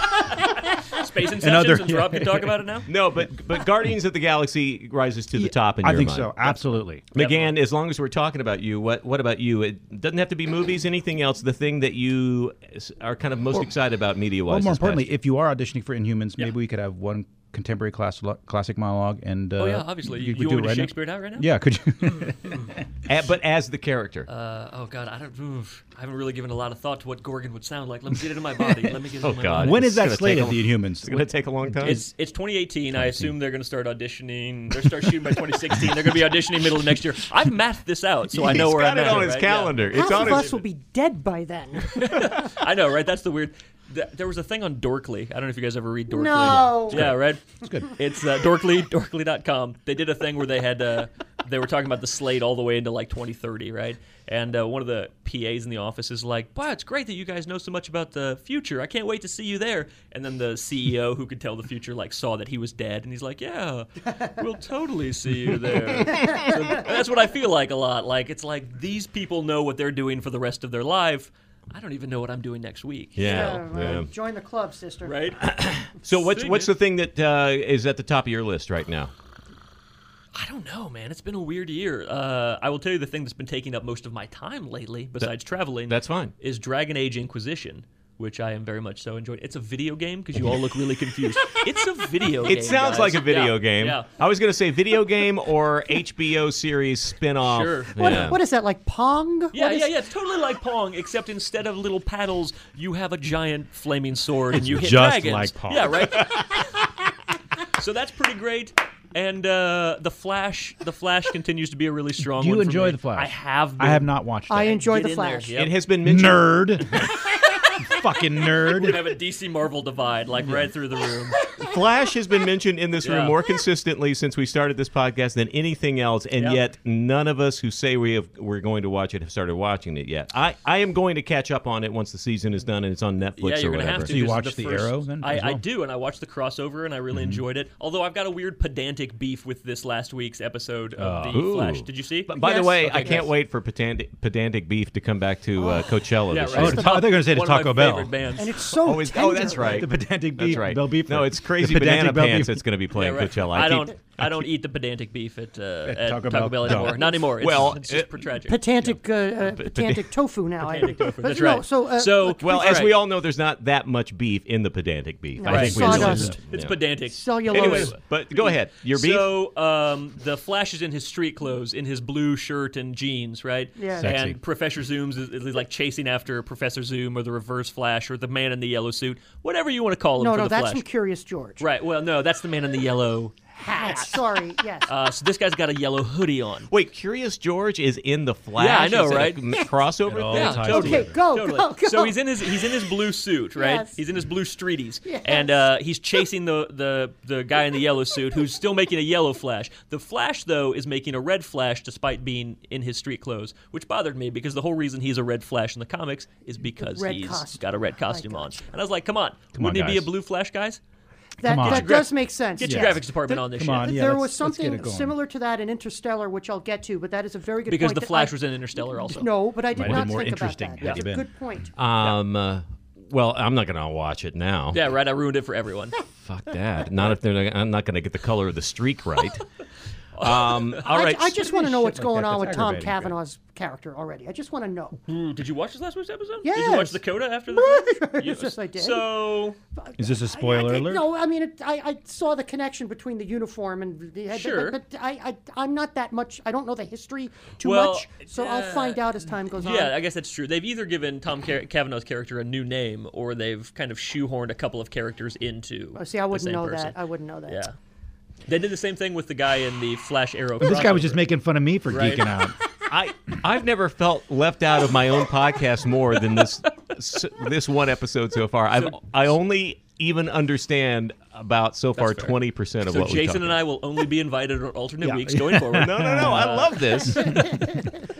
D: Space Inception,
E: Another-
D: since Rob can talk about it now.
B: No, but but Guardians of the Galaxy rises to the top in
E: I
B: your
E: think
B: mind.
E: so. Absolutely.
B: McGann, as long as we're talking about you, what what about you? It doesn't have to be movies, anything else. The thing that you s- are kind of most excited about media wise.
E: Well, more importantly, if you are auditioning for Inhumans, maybe we could have one contemporary class, classic monologue, and uh,
D: Oh, yeah, obviously. You,
E: could
D: you
E: do
D: want me to
E: it right now.
D: Shakespeare it out right now?
E: Yeah, could you?
B: but as the character,
D: Uh, oh, God. I don't. oof. I haven't really given a lot of thought to what Gorgon would sound like. Let me get it in my body. Let me get it
B: Oh,
D: in my
B: God.
D: body.
E: when is
B: It's gonna
E: that
B: take
E: slated?
B: a-
E: The Inhumans.
B: it's going to take a long time.
D: It's it's 2018. I assume they're going to start auditioning. They're start shooting by 2016. They're going to be auditioning middle of next year. I've mathed this out, so I know
B: He's
D: where
B: got
D: I'm
B: it
D: at,
B: on his
D: right? Yeah.
B: calendar.
C: Half
B: It's on
C: of
B: his.
C: us will be dead by then.
D: I know, right? That's the weird. th- There was a thing on Dorkly. I don't know if you guys ever read Dorkly.
C: No.
D: Yeah, right. It's good. It's uh, Dorkly, Dorkly.com. They did a thing where they had uh, they were talking about the slate all the way into like 2030, right? And uh, one of the PAs in the office is like, "Wow, it's great that you guys know so much about the future. I can't wait to see you there." And then the CEO, who could tell the future, like saw that he was dead, and he's like, "Yeah, we'll totally see you there." So that's what I feel like a lot. Like it's like these people know what they're doing for the rest of their life. I don't even know what I'm doing next week.
B: yeah. yeah.
C: Join the club, sister.
D: Right?
B: So what's
D: Sing
B: what's
D: it.
B: the thing that uh, is at the top of your list right now?
D: I don't know, man. It's been a weird year. Uh, I will tell you the thing that's been taking up most of my time lately, besides traveling.
B: that's fine.
D: Is Dragon Age Inquisition, which I am very much so enjoying. It's a video game because you all look really confused. it's a video game.
B: It sounds
D: guys.
B: like a video
D: Yeah,
B: game.
D: Yeah.
B: I was going to say video game or HBO series spin-off.
D: Sure.
C: What,
B: Yeah.
C: what is that like Pong?
D: Yeah,
C: What is-
D: yeah, yeah. It's totally like Pong, except instead of little paddles, you have a giant flaming sword and you hit
E: just
D: dragons.
E: like Pong.
D: Yeah, right. so that's pretty great. And uh, the Flash, the Flash continues to be a really strong.
E: Do you
D: one for
E: enjoy
D: me.
E: the Flash?
D: I have. Been.
E: I have not watched. That.
C: I enjoy
D: Get
C: the
D: in there,
C: Flash.
D: yeah.
B: It has been mentioned.
E: nerd. Fucking
D: We
E: nerd.
D: have a DC Marvel divide, like right through the room.
B: Flash has been mentioned in this room
D: Yeah.
B: more consistently since we started this podcast than anything else, and
D: Yeah.
B: yet none of us who say we have we're going to watch it have started watching it yet. I, I am going to catch up on it once the season is done and it's on Netflix
D: yeah, you're
B: or
D: gonna
B: whatever.
D: have to.
E: So you
D: This is
E: watch The
D: first-
E: Arrow then
D: I,
E: as
D: I
E: well? Mm-hmm.
D: do, and I watched the crossover, and I really enjoyed it. Although I've got a weird pedantic beef with this last week's episode
E: Uh,
D: of The
B: Ooh.
D: Flash. Did you see?
B: But by the
C: Yes.
B: way,
C: Okay,
B: I can't wait for pedantic, pedantic beef to come back to uh, Coachella
D: yeah,
B: this
D: right.
B: year.
E: Oh, I thought they were gonna say to
D: One of my
E: Taco Bell.
D: favorite bands.
C: And it's so
B: Oh, is- oh,
C: tender.
B: that's right.
E: The pedantic beef.
B: That's right.
E: Bell beef.
B: no, it's crazy
E: The pedantic
B: banana
E: Bell
B: pants
E: beef.
B: that's going to be playing
D: Yeah, right.
B: Coachella.
D: I
B: keep-
D: don't- I don't eat the pedantic beef at, uh, at, Taco,
E: Taco
D: Bell
E: Bell.
D: anymore.
E: No.
D: Not anymore. It's,
B: Well,
D: it's just
B: it-
D: pr- tragic.
C: Pedantic, uh, uh, pedantic tofu now. I-
D: Pedantic tofu,
C: but
D: that's
C: no,
D: right.
C: So, uh,
D: So-
C: like,
B: Well,
D: All
B: as we
D: right.
B: all know, there's not that much beef in the pedantic beef. I
C: Right.
B: think we realize
C: Sawdust.
B: that.
D: It's
B: Yeah.
D: pedantic.
C: Cellulose.
D: Anyway,
B: Anyways, but go ahead. Your beef.
D: So um, the Flash is in his street clothes, in his blue shirt and jeans, right?
C: Yeah.
E: Sexy.
D: And Professor Zoom's is, is like chasing after Professor Zoom or the Reverse Flash or the Man in the Yellow Suit, whatever you want to call him.
C: no,
D: for
C: no,
D: the
C: that's
D: Flash.
C: from Curious George.
D: Right. Well, no, that's the Man in the Yellow
C: Hat.
D: hat.
C: Sorry. Yes.
D: Uh, so this guy's got a yellow hoodie on.
B: Wait, Curious George is in the Flash.
D: Yeah, I know,
B: Is it a
D: right?
B: m- crossover.
E: all
B: thing?
D: Yeah,
E: ties
D: totally.
C: Okay, go,
D: totally.
C: go, go.
D: So he's in his he's in his blue suit, right?
C: Yes.
D: He's in his blue streeties,
C: Yes.
D: and uh, he's chasing the, the the guy in the yellow suit who's still making a yellow flash. The Flash though is making a red flash despite being in his street clothes, which bothered me because the whole reason he's a red flash in the comics is because
C: red
D: he's
C: costume. Oh
D: got a red costume on. And I was like, come on,
E: on,
D: wouldn't he be a
E: guys.
D: blue flash, guys?
C: that
E: Come on.
C: that does make sense.
D: Get
C: yes.
D: your graphics department on this
E: Come
D: shit.
E: on, yeah,
C: there was
E: let's- let's get it
C: something
E: going.
C: similar to that in Interstellar, which I'll get to, but that is a very good
D: Because
C: point.
D: the
C: that
D: Flash
C: I-
D: was in Interstellar also.
C: No, but I did
E: Might have
C: not
E: been more
C: think
E: interesting
C: about that.
E: had
C: That's
E: you
C: a
E: been.
C: good point.
B: Um. uh, well, I'm not gonna watch it now.
D: Yeah, right. I ruined it for everyone.
B: Fuck that. Not if they're. Not, I'm not gonna get the color of the streak right. um. All
C: I,
B: right.
C: I just want to know what's
E: like
C: going
E: that,
C: on
E: that's
C: with Tom
E: aggravating, Greg.
C: Kavanaugh's character already. I just want to know.
D: Ooh, Did you watch this last week's episode? Did you watch
C: Yes.
D: Dakota after the?
C: Yes, I did.
D: So
E: Is this a
C: I
E: spoiler
C: did-
E: alert?
C: No, I mean, it, I, I saw the connection between the uniform and the head,
D: Sure.
C: but, but I, I, I'm not that much. I don't know the history too
D: Well,
C: much, so
D: uh,
C: I'll find out as time goes on.
D: Yeah, I guess that's true. They've either given Tom Car- Cavanaugh's character a new name, or they've kind of shoehorned a couple of characters into.
C: Oh, See, I
D: the
C: wouldn't
D: same
C: know
D: person.
C: that. I wouldn't know that.
D: Yeah, they did the same thing with the guy in the Flash Arrow.
E: this guy was
D: crossover.
E: just making fun of me for
D: Right.
E: geeking out.
B: I I've never felt left out of my own podcast more than this s- this one episode so far. I've I only even understand about so far
D: fair.
B: twenty percent of
D: So
B: what we
D: Jason and I will only be invited on alternate weeks going forward.
B: No, no, no! I love this.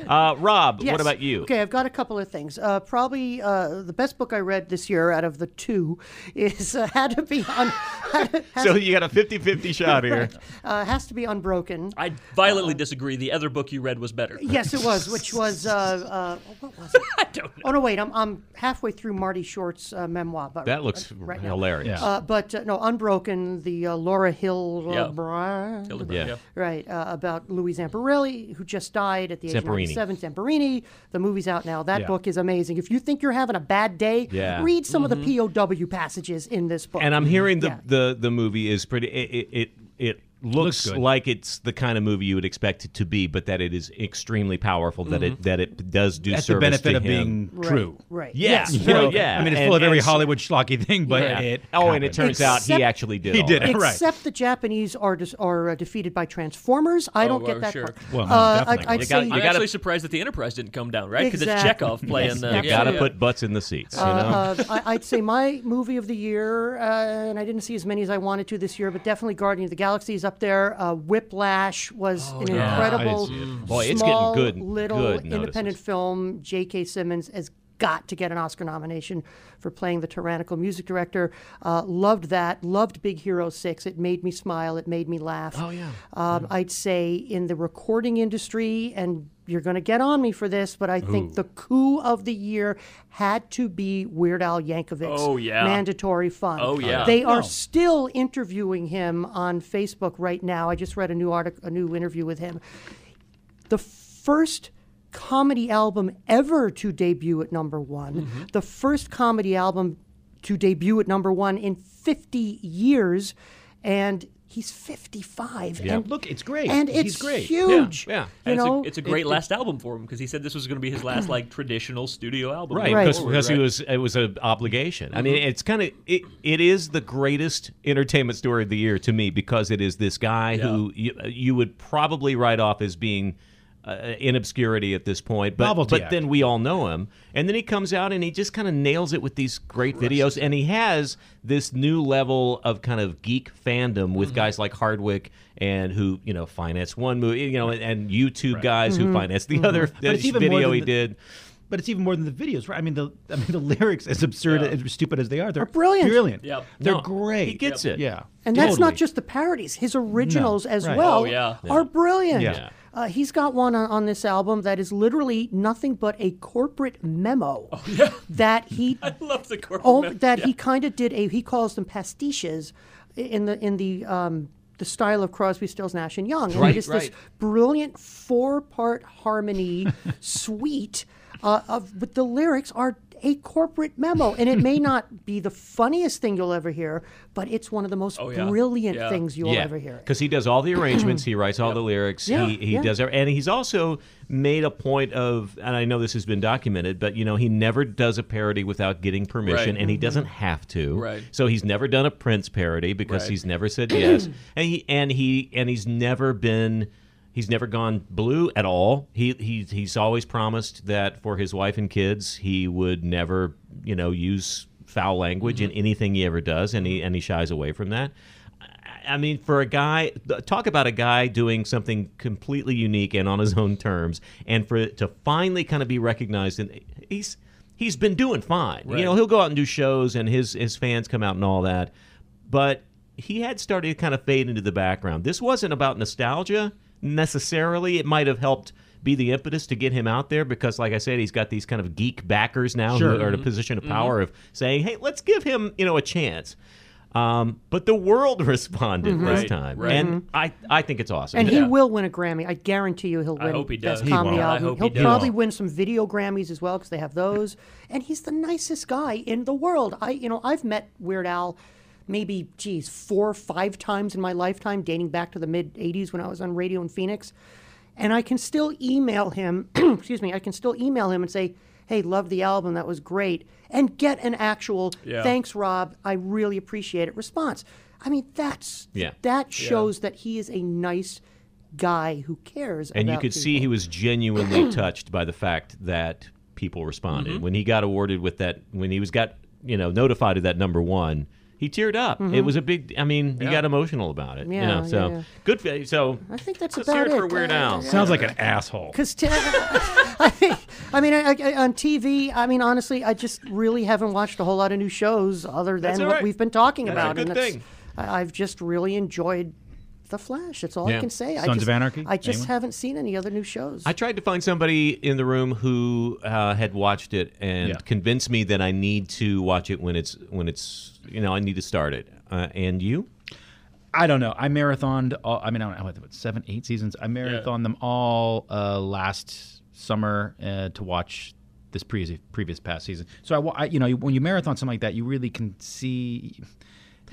B: Uh, Rob, what
C: Yes.
B: about you?
C: Okay, I've got a couple of things. Uh, probably uh, the best book I read this year out of the two is uh, had to be un- had, has,
B: So you got a 50-50 shot here.
C: uh, has to be unbroken.
D: I violently
C: Uh,
D: disagree. The other book you read was better.
C: Yes, it was, which was uh, uh, what was it? I
D: don't know.
C: Oh no, wait, I'm I'm halfway through Marty Short's uh, memoir. But
B: That looks
C: Right now.
B: hilarious.
E: Yeah.
C: Uh, but uh, no, Unbroken, the uh, Laura Hill, uh,
D: Yeah.
C: Bri-
D: Hildebrand,
B: Yeah.
D: yeah.
C: right, uh, about Louis Zamparelli, who just died at the age of
B: Zamperini.
C: 97. Zamperini. The movie's out now. That
E: Yeah.
C: book is amazing. If you think you're having a bad day,
B: Yeah. Mm-hmm.
C: read some of the POW passages in this book.
B: And I'm hearing the,
C: mm-hmm. Yeah.
B: the, the movie is pretty. It it, it, it looks,
E: good.
B: like it's the kind of movie you would expect it to be, but that it is extremely powerful. That it that it does do
E: That's Mm-hmm. the
B: service
E: benefit
B: to
E: of
B: him.
E: being true.
C: Right.
B: Yeah,
E: You
B: yeah.
E: know,
B: yeah.
E: I mean, it's
B: And-
E: full of every
B: and-
E: Hollywood schlocky thing, but
D: Yeah.
E: it.
B: Oh, and it
E: happened.
B: turns out he
C: Except-
B: actually did.
E: He
B: all
E: did
B: that.
E: it. right.
C: Except the Japanese are dis- are uh, defeated by Transformers. I don't
D: Oh,
C: get
D: well,
C: that
D: sure.
C: part.
E: Well, no,
C: uh, I,
E: definitely.
C: I'd
B: You
C: say
B: gotta-
D: I'm
B: you gotta-
D: actually surprised that the Enterprise didn't come down, right? Because
C: Exactly.
D: it's Chekhov playing the.
B: You
D: yeah,
B: gotta
D: yeah.
B: put butts in the seats. you know.
C: Uh, I, I'd say my movie of the year, uh, and I didn't see as many as I wanted to this year, but definitely Guardian of the Galaxy is up there. Uh, Whiplash was an
E: yeah.
C: incredible,
E: I didn't
B: Boy, it's getting
C: small,
B: good-
C: little
B: good
C: independent
B: notices.
C: film. J.K. Simmons has got to get an Oscar nomination for playing the tyrannical music director. Uh, loved that. Loved Big Hero 6. It made me smile. It made me laugh. Oh, yeah. Um, I'd say in the recording industry, and you're going to get on me for this, but I think the coup of the year had to be Weird Al Yankovic's
D: Oh, yeah.
C: mandatory fun.
D: Oh, yeah.
C: They are still interviewing him on Facebook right now. I just read a new article, a new interview with him the first comedy album ever to debut at number one, the first comedy album to debut at number one in 50 years, and he's 55. And
E: Look, it's great.
C: And
E: He's
C: it's
E: great.
C: huge.
B: yeah.
C: You
D: And it's,
C: know,
D: a, it's a great last album for him because he said this was going to be his last like traditional studio album.
B: Right,
C: Right.
B: because,
D: Forward,
B: because
D: right.
B: he was it was an obligation. I mean, it's kind of it, it is the greatest entertainment story of the year to me because it is this guy who you, you would probably write off as being uh, in obscurity at this point, but
E: Novelty
B: but
E: act.
B: then we all know him, and then he comes out and he just kind of nails it with these great videos, and he has this new level of kind of geek fandom with
E: Mm-hmm.
B: guys like Hardwick and who you know finance one movie, you know, and, and YouTube guys who finance the other
E: But it's even more
B: video
E: than
B: he
E: the-
B: did.
E: But it's even more than the videos, right? I mean, the I mean the lyrics, as absurd
D: Yeah.
E: as stupid as they are, they're
C: brilliant.
E: brilliant.
D: Yep.
E: They're
B: No,
E: great.
B: He gets it.
E: Yeah.
C: And that's not
E: Totally.
C: just the parodies. His originals as
E: Right.
C: well
D: Oh, yeah.
C: are brilliant.
E: Yeah.
C: Uh, he's got one on, on this album that is literally nothing but a corporate memo that he
D: Love the corporate.
C: oh,
D: mem-
C: that he kind of did a he calls them pastiches in the in the um, the style of Crosby, Stills, Nash and Young. And
F: Right,
C: it is
F: right.
C: this brilliant four-part harmony suite uh, of, but the lyrics are a corporate memo, and it may not be the funniest thing you'll ever hear, but it's one of the most
D: yeah.
C: brilliant
D: Yeah.
C: things you'll ever hear.
B: Because he does all the arrangements, he writes all the lyrics,
C: Yeah,
B: he, he
C: yeah.
B: does, every- and he's also made a point of, and I know this has been documented, but you know he never does a parody without getting permission,
D: Right.
C: Mm-hmm.
B: and he doesn't have to.
D: Right.
B: So he's never done a Prince parody because
D: Right.
B: he's never said yes, and he and he and he's never been. He's never gone blue at all. He, he he's always promised that for his wife and kids he would never, you know, use foul language
D: Mm-hmm.
B: in anything he ever does and he and he shies away from that. I- I mean, for a guy, th- talk about a guy doing something completely unique and on his own terms, and for it to finally kind of be recognized. And he's he's been doing fine. You know, he'll go out and do shows, and his his fans come out and all that. But he had started to kind of fade into the background. This wasn't about nostalgia necessarily. It might have helped be the impetus to get him out there because, like I said, he's got these kind of geek backers now who are in a position of power of saying, "Hey, let's give him you know a chance." Um, but the world responded
C: Mm-hmm.
B: this
D: Right,
B: time,
D: right.
B: and I, I think it's awesome.
C: And he
D: Yeah.
C: will win a Grammy. I guarantee you he'll win
D: hope he
C: Best
D: does. He
C: Comedy
E: won't. I
C: Album.
D: hope he
C: he'll
D: does.
C: probably win some video Grammys as well because they have those. and he's the nicest guy in the world. I, you know, I've met Weird Al maybe, geez, four or five times in my lifetime, dating back to the mid 80s when I was on radio in Phoenix. And I can still email him, excuse me, I can still email him and say, hey, love the album. That was great. And get an actual,
D: Yeah.
C: thanks, Rob. I really appreciate it response. I mean, that's
B: Yeah.
C: that shows that he is a nice guy who cares.
B: and you
C: about
B: could see he
C: people.
B: was genuinely touched by the fact that people responded
C: Mm-hmm.
B: when he got awarded with that when he was got you know notified of that number one he teared up it was a big i mean he got emotional about it you
C: Mm-hmm. Yeah,
B: know, so
C: yeah, yeah.
B: good for, so
C: I think that's
B: let's
C: about
B: hear it
C: it.
B: for Weird Al.
E: Sounds like an asshole.
C: Because I think- I mean, I, I, on TV, I mean, honestly, I just really haven't watched a whole lot of new shows other than
B: That's all
C: what
B: right.
C: we've been talking
B: That's a
C: about.
B: good
C: and that's-
B: thing.
C: I, I've just really enjoyed The Flash. That's all
B: Yeah.
C: I can say. I
E: Sons
C: just,
E: of Anarchy?
C: I just
E: Anyone?
C: haven't seen any other new shows.
B: I tried to find somebody in the room who uh, had watched it and
E: Yeah.
B: convinced me that I need to watch it when it's when it's you know I need to start it. Uh, and you?
E: I don't know. I marathoned. All, I mean, I don't know what, what seven, eight seasons. I marathoned them all uh, last summer uh, to watch this previous previous past season. So I, wa- I, you know, when you marathon something like that, you really can see.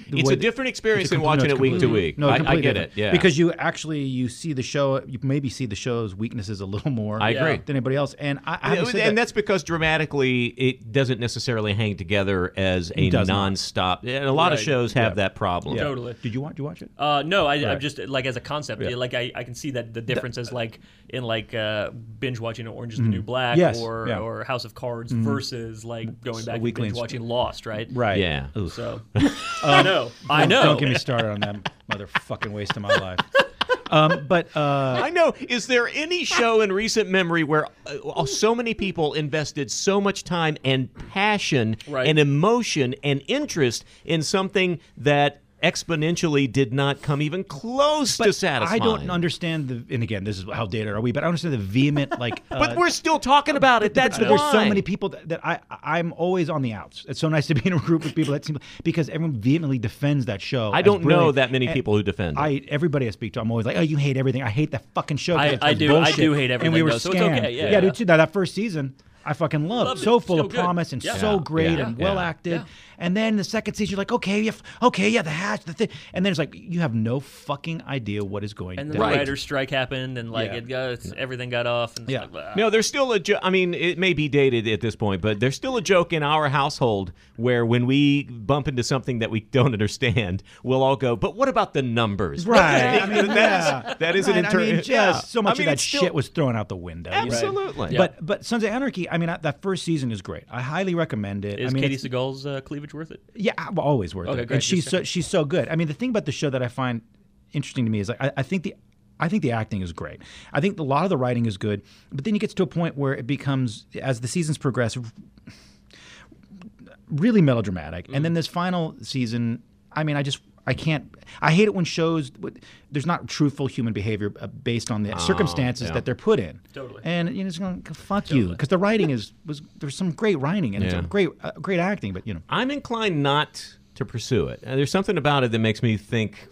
E: the
B: It's
E: way
B: a
E: that-
B: different experience
E: it's a
B: than
E: com-
B: watching
E: it's
B: it week to
E: completely-
B: week.
E: No,
B: I- I
E: completely
B: get
E: different.
B: it, yeah.
E: because you actually you see the show. You maybe see the show's weaknesses a little more.
B: I agree.
E: than anybody else. And I, I
B: and
E: haven't said that-
B: that's because dramatically it doesn't necessarily hang together as a
E: does not.
B: non-stop. And a lot of
D: Right.
B: shows have that problem.
E: Yeah.
D: Totally.
E: Did you watch? Did you watch it?
D: Uh, no, I, I'm just like as a concept, yeah, like I, I can see that the difference is like in like uh, binge watching Orange is the New Black
E: Mm. Yes,
D: or
E: yeah. Mm-hmm.
D: or House of Cards versus like going back and
E: weekly
D: binge
E: ins-
D: watching Lost, right?
E: Right. Um,
B: Yeah. Oof.
D: So I know, I know.
E: Don't get me started on that motherfucking waste of my life. Um, but uh,
B: I know. Is there any show in recent memory where uh, so many people invested so much time and passion
D: Right.
B: and emotion and interest in something that exponentially did not come even close to satisfying?
E: I don't understand the, and again, this is how dated are we? But I don't understand the vehement like. Uh,
B: But we're still talking about it. That's
E: but
B: why.
E: there's so many people that, that I I'm always on the outs. It's so nice to be in a group with people that seem because everyone vehemently defends that show.
B: I
E: as
B: don't know
E: brilliant.
B: that many
E: And
B: people who defend it.
E: I everybody I speak to, I'm always like, oh, you hate everything. I hate that fucking show. 'cause
D: I-
E: it's
D: I do- I
E: bullshit."
D: do hate
E: And we
D: everything,
E: were
D: though, so it's
E: scammed.
D: okay, yeah.
E: yeah, dude, too. Now that first season. I fucking loved,
D: Loved it.
E: so full
D: So
E: of
D: good.
E: promise and
D: Yeah.
E: so
D: Yeah.
E: great
B: Yeah.
E: and well
B: Yeah.
E: acted. And then the second season, you're like, okay, yeah, f- okay, yeah, the hatch, the thing. And then it's like, you have no fucking idea what is going.
D: And
E: down.
D: then the writer's strike happened, and like
E: Yeah.
D: it got it's- everything got off. And it's
E: Yeah.
D: like, blah.
B: No, there's still a jo- I mean, it may be dated at this point, but there's still a joke in our household where when we bump into something that we don't understand, we'll all go, "But what about the numbers?"
E: Right.
B: That is- that is an
E: Right. I mean,
B: inter-
E: just
B: yeah.
E: so
B: I
E: much
B: mean,
E: of that
B: it's still-
E: shit was thrown out the window. you know?
B: Absolutely.
E: But but Sons of Anarchy, I mean, I, that first season is great. I highly recommend it.
D: is
E: I mean,
D: Katie
E: it's-
D: Seagal's uh, cleavage worth it?
E: yeah, I- well, always worth
D: Okay,
E: it.
D: great,
E: And she's
D: just
E: so, she's so good. I mean, the thing about the show that I find interesting to me is like I, I think the I think the acting is great. I think a lot of the writing is good, but then you get to a point where it becomes as the seasons progress really melodramatic. And
D: Mm-hmm.
E: then this final season, I mean, I just I can't. I hate it when shows there's not truthful human behavior uh, based on the circumstances that they're put in.
D: Oh, Totally.
E: And you know, it's going to fuck you because the writing is was there's some great writing and it's
B: Yeah.
E: it's great uh, great acting, but you know.
B: I'm inclined not to pursue it. Uh, There's something about it that makes me think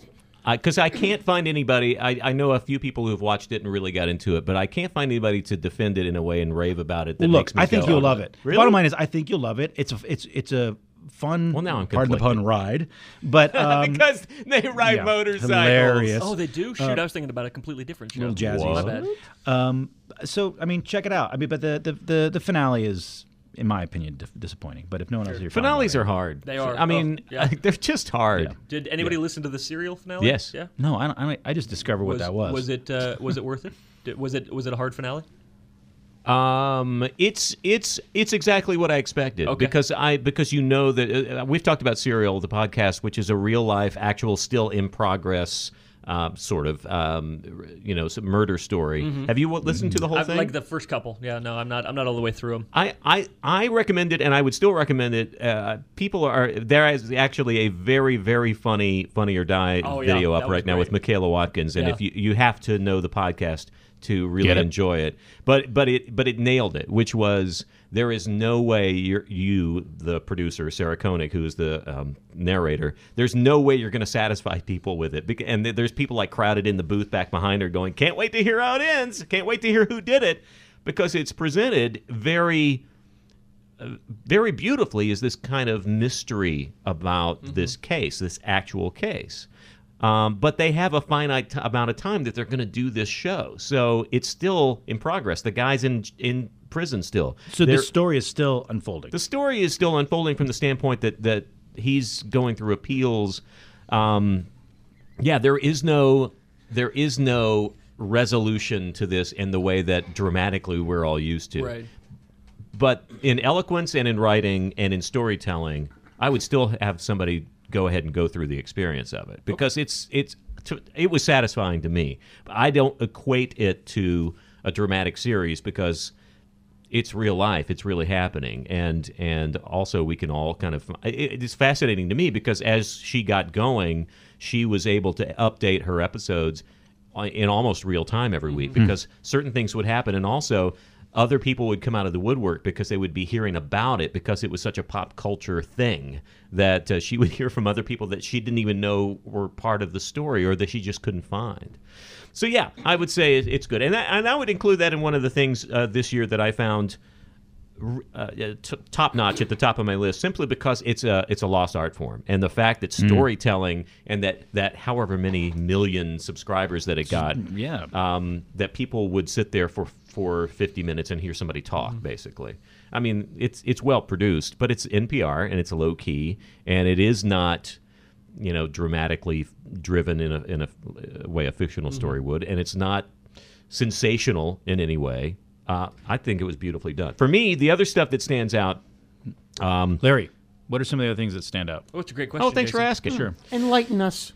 B: because I can't find anybody. I, I know a few people who've watched it and really got into it, but I can't find anybody to defend it in a way and rave about it. That
E: Well, look,
B: makes me
E: I think
B: go, "Oh,
E: you'll love it.
B: Really?
E: Bottom line is, I think you'll love it. It's a it's it's a fun.
B: Well, now I'm
E: pardon the pun ride, but um,
B: because they ride
E: yeah,
B: motorcycles.
E: hilarious.
D: Oh, they
B: Uh,
D: do. Shoot, I was thinking about a completely different show.
E: little jazzy.
D: My bad.
E: Um, so I mean, check it out. I mean, but the the the, the finale is, in my opinion, dis- disappointing. But if no one else, you're fine about
B: Finales
E: it.
B: are hard.
D: They are.
B: I mean,
D: Oh, yeah.
B: they're just hard.
D: Did anybody listen to the serial finale?
B: Yes.
D: Yeah.
E: No, I don't, I, don't, I just discovered what that was.
D: Was it uh, was it worth it? Did, was it was it a hard finale?
B: Um, it's it's it's exactly what I expected
D: Okay.
B: because I because you know that uh, we've talked about Serial, the podcast, which is a real life, actual, still in progress. Uh, sort of, um, you know, some murder story. Have you w- listened to the whole
D: I,
B: thing?
D: like Mm-hmm. the first couple. Yeah. No, I'm not. I'm not all the way through them.
B: I, I, I recommend it, and I would still recommend it. Uh, people are there is actually a very very funny Funny or Die
D: Oh, yeah,
B: video
D: that
B: up
D: was
B: right now with
D: great.
B: Michaela Watkins, and
D: Yeah.
B: if you you have to know the podcast to really
E: Get it?
B: enjoy it, but but it but it nailed it, which was there is no way you're, you the producer Sarah Koenig, who is the um, narrator, there's no way you're going to satisfy people with it, Bec- and th- there's people like crowded in the booth back behind her going, can't wait to hear how it ends, can't wait to hear who did it, because it's presented very very beautifully is this kind of mystery about this case, this actual case. Um, but they have a finite t- amount of time that they're going to do this show, so it's still in progress. The guy's in in prison still.
E: so
B: They're-
E: the story is still unfolding.
B: the story is still unfolding from the standpoint that that he's going through appeals. Um, yeah, there is no there is no resolution to this in the way that dramatically we're all used to but in eloquence and in writing and in storytelling, I would still have somebody go ahead and go through the experience of it because it's it's to, it was satisfying to me. But I don't equate it to a dramatic series because it's real life it's really happening and and also we can all kind of it, it's fascinating to me because as she got going she was able to update her episodes on- in almost real time every week because certain things would happen and also other people would come out of the woodwork because they would be hearing about it because it was such a pop culture thing that uh, she would hear from other people that she didn't even know were part of the story or that she just couldn't find so yeah, I would say it- it's good, and I, and I would include that in one of the things uh, this year that I found r- uh, t- top notch at the top of my list, simply because it's a it's a lost art form, and the fact that storytelling and that that however many million subscribers that it got,
E: yeah.
B: um, that people would sit there for for 50 minutes and hear somebody talk basically i mean it's it's well produced but it's npr and it's low key and it is not you know dramatically f- driven in a in a f- way a fictional story would and it's not sensational in any way uh, i think it was beautifully done for me the other stuff that stands out
E: Larry, what are some of the other things that stand out?
D: Oh, it's a great question.
B: oh thanks for
D: Jason.
B: asking sure
C: Enlighten us.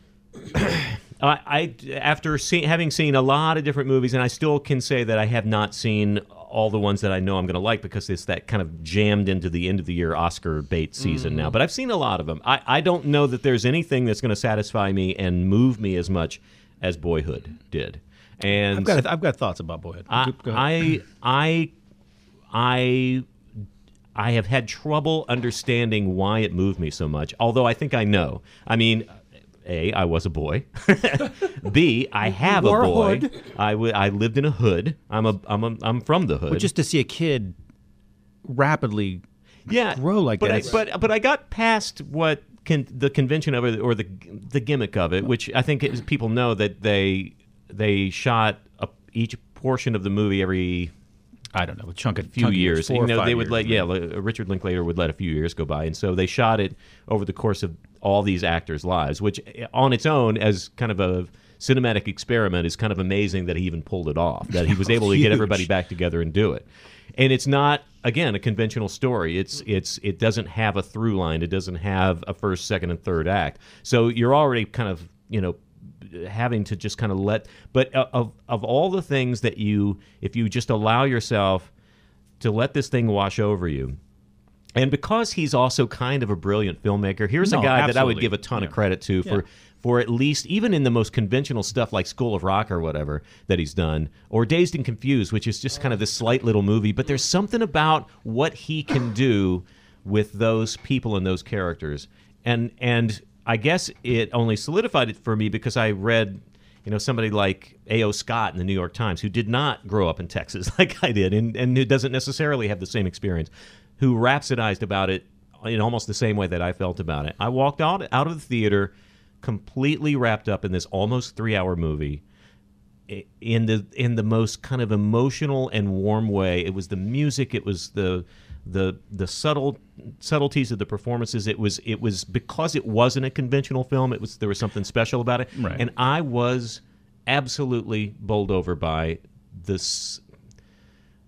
B: I, I after see, having seen a lot of different movies, and I still can say that I have not seen all the ones that I know I'm going to like because it's that kind of jammed into the end of the year Oscar bait season
E: Mm.
B: now. But I've seen a lot of them. I, I don't know that there's anything that's going to satisfy me and move me as much as Boyhood did. And
E: I've got I've got thoughts about Boyhood.
B: I,
E: Go ahead.
B: I, I, I, I have had trouble understanding why it moved me so much. Although I think I know. I mean, a, I was a boy. B, I have
C: were
B: a
C: a
B: boy.
C: hood.
B: I w- I lived in a hood. I'm a, I'm a, I'm from the hood.
E: But just to see a kid rapidly
B: yeah,
E: grow like
B: but
E: that,
B: I,
E: it's-
B: but but I got past what can the convention of it or the the gimmick of it, which I think is, people know that they they shot a, each portion of the movie every
E: I don't know, a chunk of
B: few years. You know, they would let yeah, li- Richard Linklater would let a few years go by, and so they shot it over the course of all these actors' lives, which eh, on its own, as kind of a cinematic experiment, is kind of amazing that he even pulled it off. That he was able to get
E: Huge.
B: everybody back together and do it. And it's not again a conventional story. It's it's it doesn't have a through line. It doesn't have a first, second, and third act. So you're already kind of you know having to just kind of let but o- of of all the things that you if you just allow yourself to let this thing wash over you. And because he's also kind of a brilliant filmmaker, here's a
E: No,
B: guy that I would
E: absolutely.
B: give a ton of
E: Yeah.
B: credit to for for at least even in the most conventional stuff like School of Rock or whatever that he's done, or Dazed and Confused, which is just kind of this slight little movie. But there's something about what he can do with those people and those characters, and and I guess it only solidified it for me because I read, you know, somebody like A.O. Scott in the New York Times, who did not grow up in Texas like I did and, and who doesn't necessarily have the same experience, who rhapsodized about it in almost the same way that I felt about it. I walked out, out of the theater completely wrapped up in this almost three hour movie i- in the in the most kind of emotional and warm way. It was the music. It was the the the subtle subtleties of the performances. It was it was because it wasn't a conventional film. It was there was something special about it.
E: Right.
B: And I was absolutely bowled over by this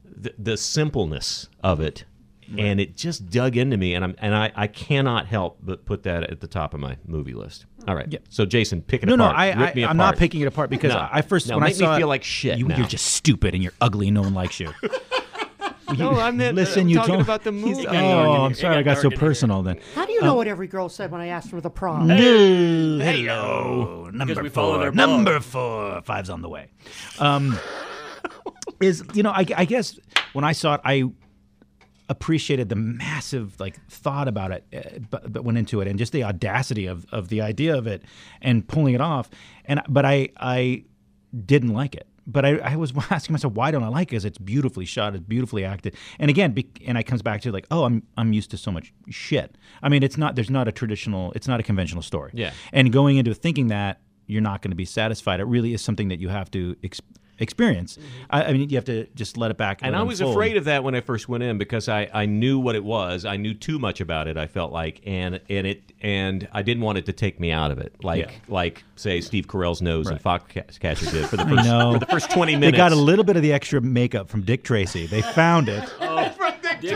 B: the, the simpleness of it. And it just dug into me, and I'm and I, I cannot help but put that at the top of my movie list. All right, so Jason, pick it
E: No,
B: apart.
E: no, I,
B: Rip
E: I,
B: me
E: I'm not
B: apart.
E: picking it apart because
B: No.
E: I I first
B: No,
E: when I
B: make me
E: saw it-
B: feel like shit
E: You,
B: now.
E: You're just stupid and you're ugly. and No one likes you.
B: No, I'm not-
E: Listen,
B: I'm
E: you
B: talking
E: don't-
B: about the
E: He's-
B: movie.
E: Oh, I'm
D: It
E: sorry,
D: got
E: I got
D: dark
E: so
D: in here.
E: personal then.
C: How do you
B: Uh,
C: know what every girl said when I asked for the prom?
E: Hello, hello, number
D: we followed
E: four,
D: our
E: number four, five's on the way. Um, is you know, I, I guess when I saw it, I appreciated the massive like thought about it uh, but, that went into it, and just the audacity of of the idea of it and pulling it off. And but I I didn't like it. But I, I was asking myself, why don't I like it? Because it's beautifully shot, it's beautifully acted, and again, be, and it comes back to like, oh, I'm I'm used to so much shit. I mean, it's not there's not a traditional, it's not a conventional story.
B: Yeah.
E: And going into thinking that you're not going to be satisfied, it really is something that you have to ex- experience. I, I mean, you have to just let it back.
B: Mm-hmm. And I was afraid of that when I first went in because I, I knew what it was. I knew too much about it. I felt like and and it and I didn't want it to take me out of it. Like
E: Yeah.
B: like say Steve Carell's nose and Foxcatcher did for the
E: I
B: first
E: know.
B: for the first twenty
E: They
B: minutes.
E: got a little bit of the extra makeup from Dick Tracy. They found it.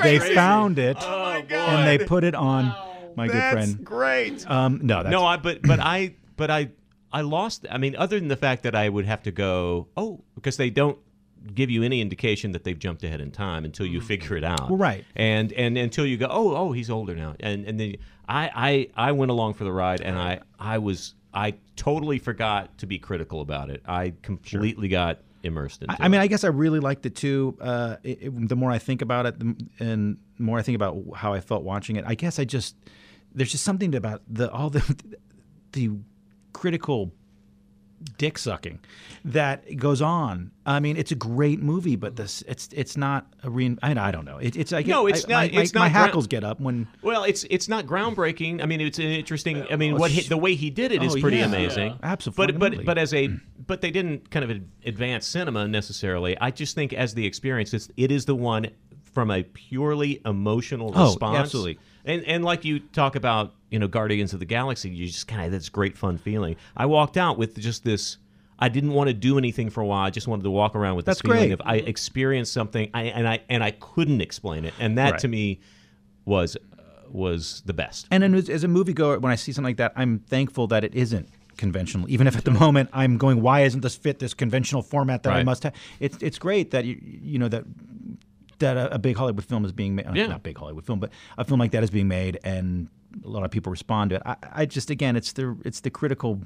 E: they found it, and they put it on my good friend.
B: great.
E: Um, no, that's
B: no, I but but I but I I lost. I mean, other than the fact that I would have to go oh because they don't give you any indication that they've jumped ahead in time until you figure it out.
E: Mm. Well, right.
B: And and until you go oh oh he's older now and and then I I I went along for the ride and I I was I totally forgot to be critical about it. I completely got immersed into
E: I, I mean, I guess I really liked it too. Uh, it, it- the more I think about it, the, m- and the more I think about how I felt watching it, I guess I just there's just something about the all the the critical dick sucking that goes on. I mean, it's a great movie, but this it's it's not a rein. I, mean, I don't know. It, it's I get,
B: No, it's
E: I-
B: not-
E: My,
B: it's
E: my, my
B: not gra-
E: hackles get up when
B: Well, it's it's not groundbreaking. I mean, it's an interesting. I mean, what he, the way he did it is
E: Oh,
B: pretty
E: yeah.
B: amazing.
E: Yeah.
B: But
E: Absolutely.
B: but but as a
E: Hmm.
B: but they didn't kind of ad- advance cinema necessarily. I just think as the experience, it's it is the one from a purely emotional
E: Oh,
B: response.
E: absolutely.
B: And and like you talk about, you know, Guardians of the Galaxy, you just kind of that's great fun feeling. I walked out with just this. I didn't want to do anything for a while. I just wanted to walk around with this
E: That's
B: feeling
E: great.
B: of I experienced something, I, and I and I couldn't explain it, and that
E: Right.
B: to me was uh, was the best.
E: And then as, as a moviegoer, when I see something like that, I'm thankful that it isn't conventional. Even if at the moment I'm going, why isn't this fit this conventional format that I
B: Right.
E: must have? It's it's great that you you know that that a, a big Hollywood film is being made.
B: Yeah.
E: Not big Hollywood film, but a film like that is being made, and a lot of people respond to it. I, I just again, it's the it's the critical.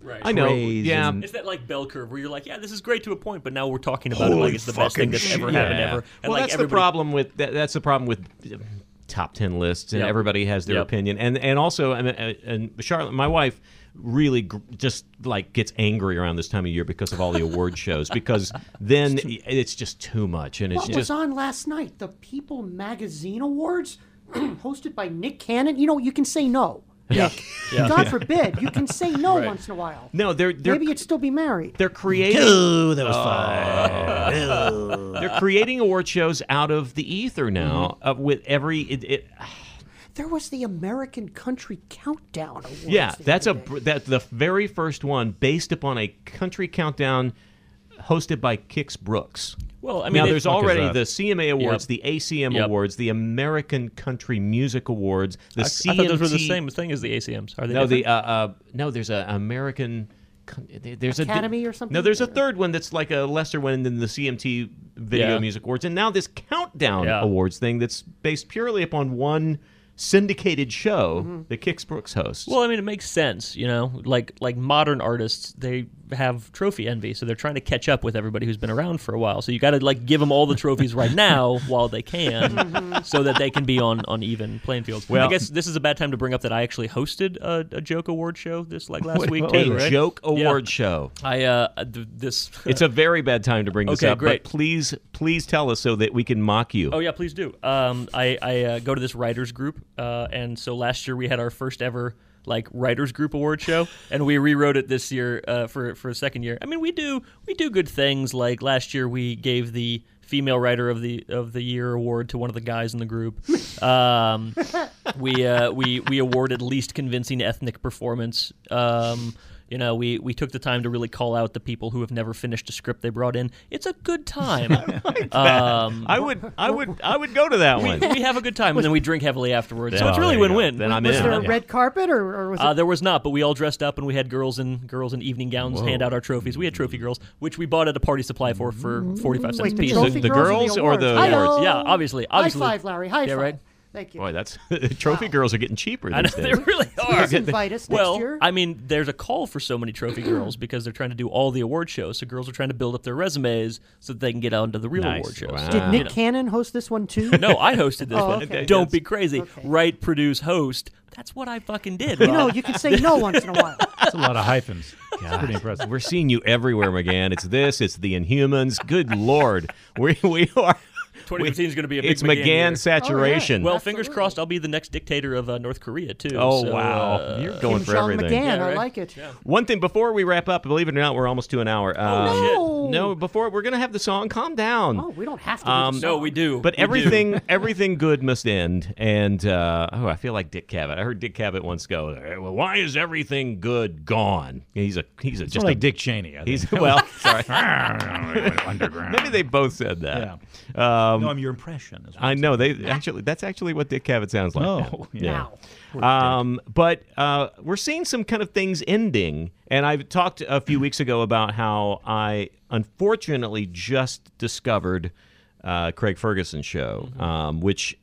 D: Right. Um,
B: I know.
E: praise
B: Yeah.
E: and-
D: It's that like bell curve where you're like, yeah, this is great to a point, but now we're talking about it like it's the best thing that's ever happened ever. And
B: Well,
D: like
B: that's the
D: everybody-
B: problem with that, that's the problem with uh, top ten lists, and
D: Yep.
B: everybody has their
D: Yep.
B: opinion. And and also, I mean, uh, and Charlotte, my wife, really gr- just like gets angry around this time of year because of all the award shows. Because then i- it's just too much, and it's
C: What was
B: just
C: on last night? The People Magazine Awards, hosted by Nick Cannon. You know, you can say no.
D: Yeah. yeah.
C: God forbid, you can say no once in a while.
B: no. They're they're
C: Maybe you'd still be married.
B: they're creating Oh.
E: Ooh, that was fun.
B: they're creating award shows out of the ether now
D: Mm-hmm.
B: uh, with every it, it,
C: There was the American Country Countdown Awards.
B: Yeah,
C: the
B: that's a
C: other day.
B: br- that's the very first one based upon a country countdown hosted by Kix Brooks.
D: Well, I mean,
B: now
D: it-
B: there's
D: Fuck is
B: already
E: that?
B: the CMA awards,
D: Yep.
B: the ACM
D: Yep.
B: awards, the American Country Music Awards, the
D: I,
B: CMT.
D: I thought those were the same thing as the ACMs. Are they
B: No, the
D: different?
B: uh, uh, no, there's a American. con- There's
C: Academy
B: a, di-
C: or something?
B: No, there's a
C: Or-
B: third one that's like a lesser one than the CMT Video
D: Yeah.
B: Music Awards, and now this Countdown
D: Yeah.
B: Awards thing that's based purely upon one syndicated show
C: Mm-hmm.
B: that Kix Brooks hosts.
D: Well, I mean, it makes sense, you know. Like like modern artists, they have trophy envy, so they're trying to catch up with everybody who's been around for a while. So you got to like give them all the trophies right now while they
B: Mm-hmm.
D: can, so that they can be on on even playing fields. I
B: Well-
D: guess this is a bad time to bring up that I actually hosted a, a joke award show this like last
B: What-
D: week
B: what-
D: too.
B: a
D: right?
B: joke
D: Yeah.
B: award show.
D: I uh th- this.
B: It's a very bad time to bring this
D: Okay,
B: up,
D: great.
B: but please, please tell us so that we can mock you.
D: Oh yeah, please do. Um, I I uh, go to this writers group, uh, and so last year we had our first ever like writers group award show, and we rewrote it this year uh, for for a second year. I mean, we do we do good things. Like last year, we gave the female writer of the of the year award to one of the guys in the group. Um, we uh, we we awarded least convincing ethnic performance. Um, you know, we, we took the time to really call out the people who have never finished a script they brought in. It's a good time. um,
B: I would, I would, I would go to that one.
D: we have a good time and then we drink heavily afterwards. so
B: Well,
D: it's really
B: there you go.
D: win-win.
B: Then I'm
D: Win-win.
C: Was
B: Yeah.
C: there a
B: Yeah.
C: red carpet or, or was it?
D: Uh, there was not, but we all dressed up and we had girls in girls in evening gowns hand out our trophies. We had trophy girls, which we bought at a party supply for for forty five cents
C: Mm-hmm. Like
D: a
C: the
D: piece.
C: trophy
B: The
C: girls,
B: girls or the
C: awards? Hi-yo.
D: awards? Yeah, obviously- obviously.
C: High five, Larry. High
D: Yeah,
C: five.
D: right.
C: Thank you.
B: Boy, that's trophy girls are getting cheaper
D: I know
B: these
D: they
B: days.
D: really are.
C: Please invite us next
D: well,
C: year.
D: I mean, there's a call for so many trophy girls because they're trying to do all the award shows. So girls are trying to build up their resumes so that they can get onto the real
B: Nice.
D: award shows.
B: Wow.
C: Did
B: Ah.
C: Nick Cannon host this one too?
D: uh, No, I hosted this
C: Oh,
D: one.
C: okay.
D: Don't
B: That's-
D: be crazy. Write, produce, host. That's what I fucking did.
C: You
D: Rob.
C: know, you can say no once in a while.
E: That's a lot of hyphens. It's pretty impressive.
B: We're seeing you everywhere, McGann. It's this. It's the Inhumans. Good lord, we we are.
D: 2015 is going to be a big
B: It's
D: McGann year.
B: McGann saturation.
D: Well, fingers crossed, I'll be the next dictator of uh, North Korea too.
B: oh
D: so,
B: wow,
D: uh,
B: you're going
C: Kim
B: for
C: Jong
B: everything.
C: McGann,
D: Yeah,
C: I
D: right.
C: like it.
B: One thing before we wrap up, believe it or not, we're almost to an hour.
D: Oh,
B: Uh,
C: no.
B: No, before we're gonna have the song. Calm down.
C: Oh, we don't have to. do
B: Um,
C: this.
D: no, we do.
B: But
D: We do.
B: everything, everything good must end. And uh, oh, I feel like Dick Cavett. I heard Dick Cavett once go, "Eh, "Well, why is everything good gone?" He's a he's a
E: Just
B: just
E: like
B: a
E: Dick Cheney. I think.
B: He's well, sorry.
E: underground.
B: Maybe they both said that. Um,
E: no, I'm your impression. Is what
B: I know they actually. That's actually what Dick Cavett sounds like.
E: Oh,
B: now.
E: yeah. Wow.
B: Um, but uh, we're seeing some kind of things ending, and I talked a few weeks ago about how I unfortunately just discovered uh, Craig Ferguson's show,
E: Mm-hmm.
B: um, which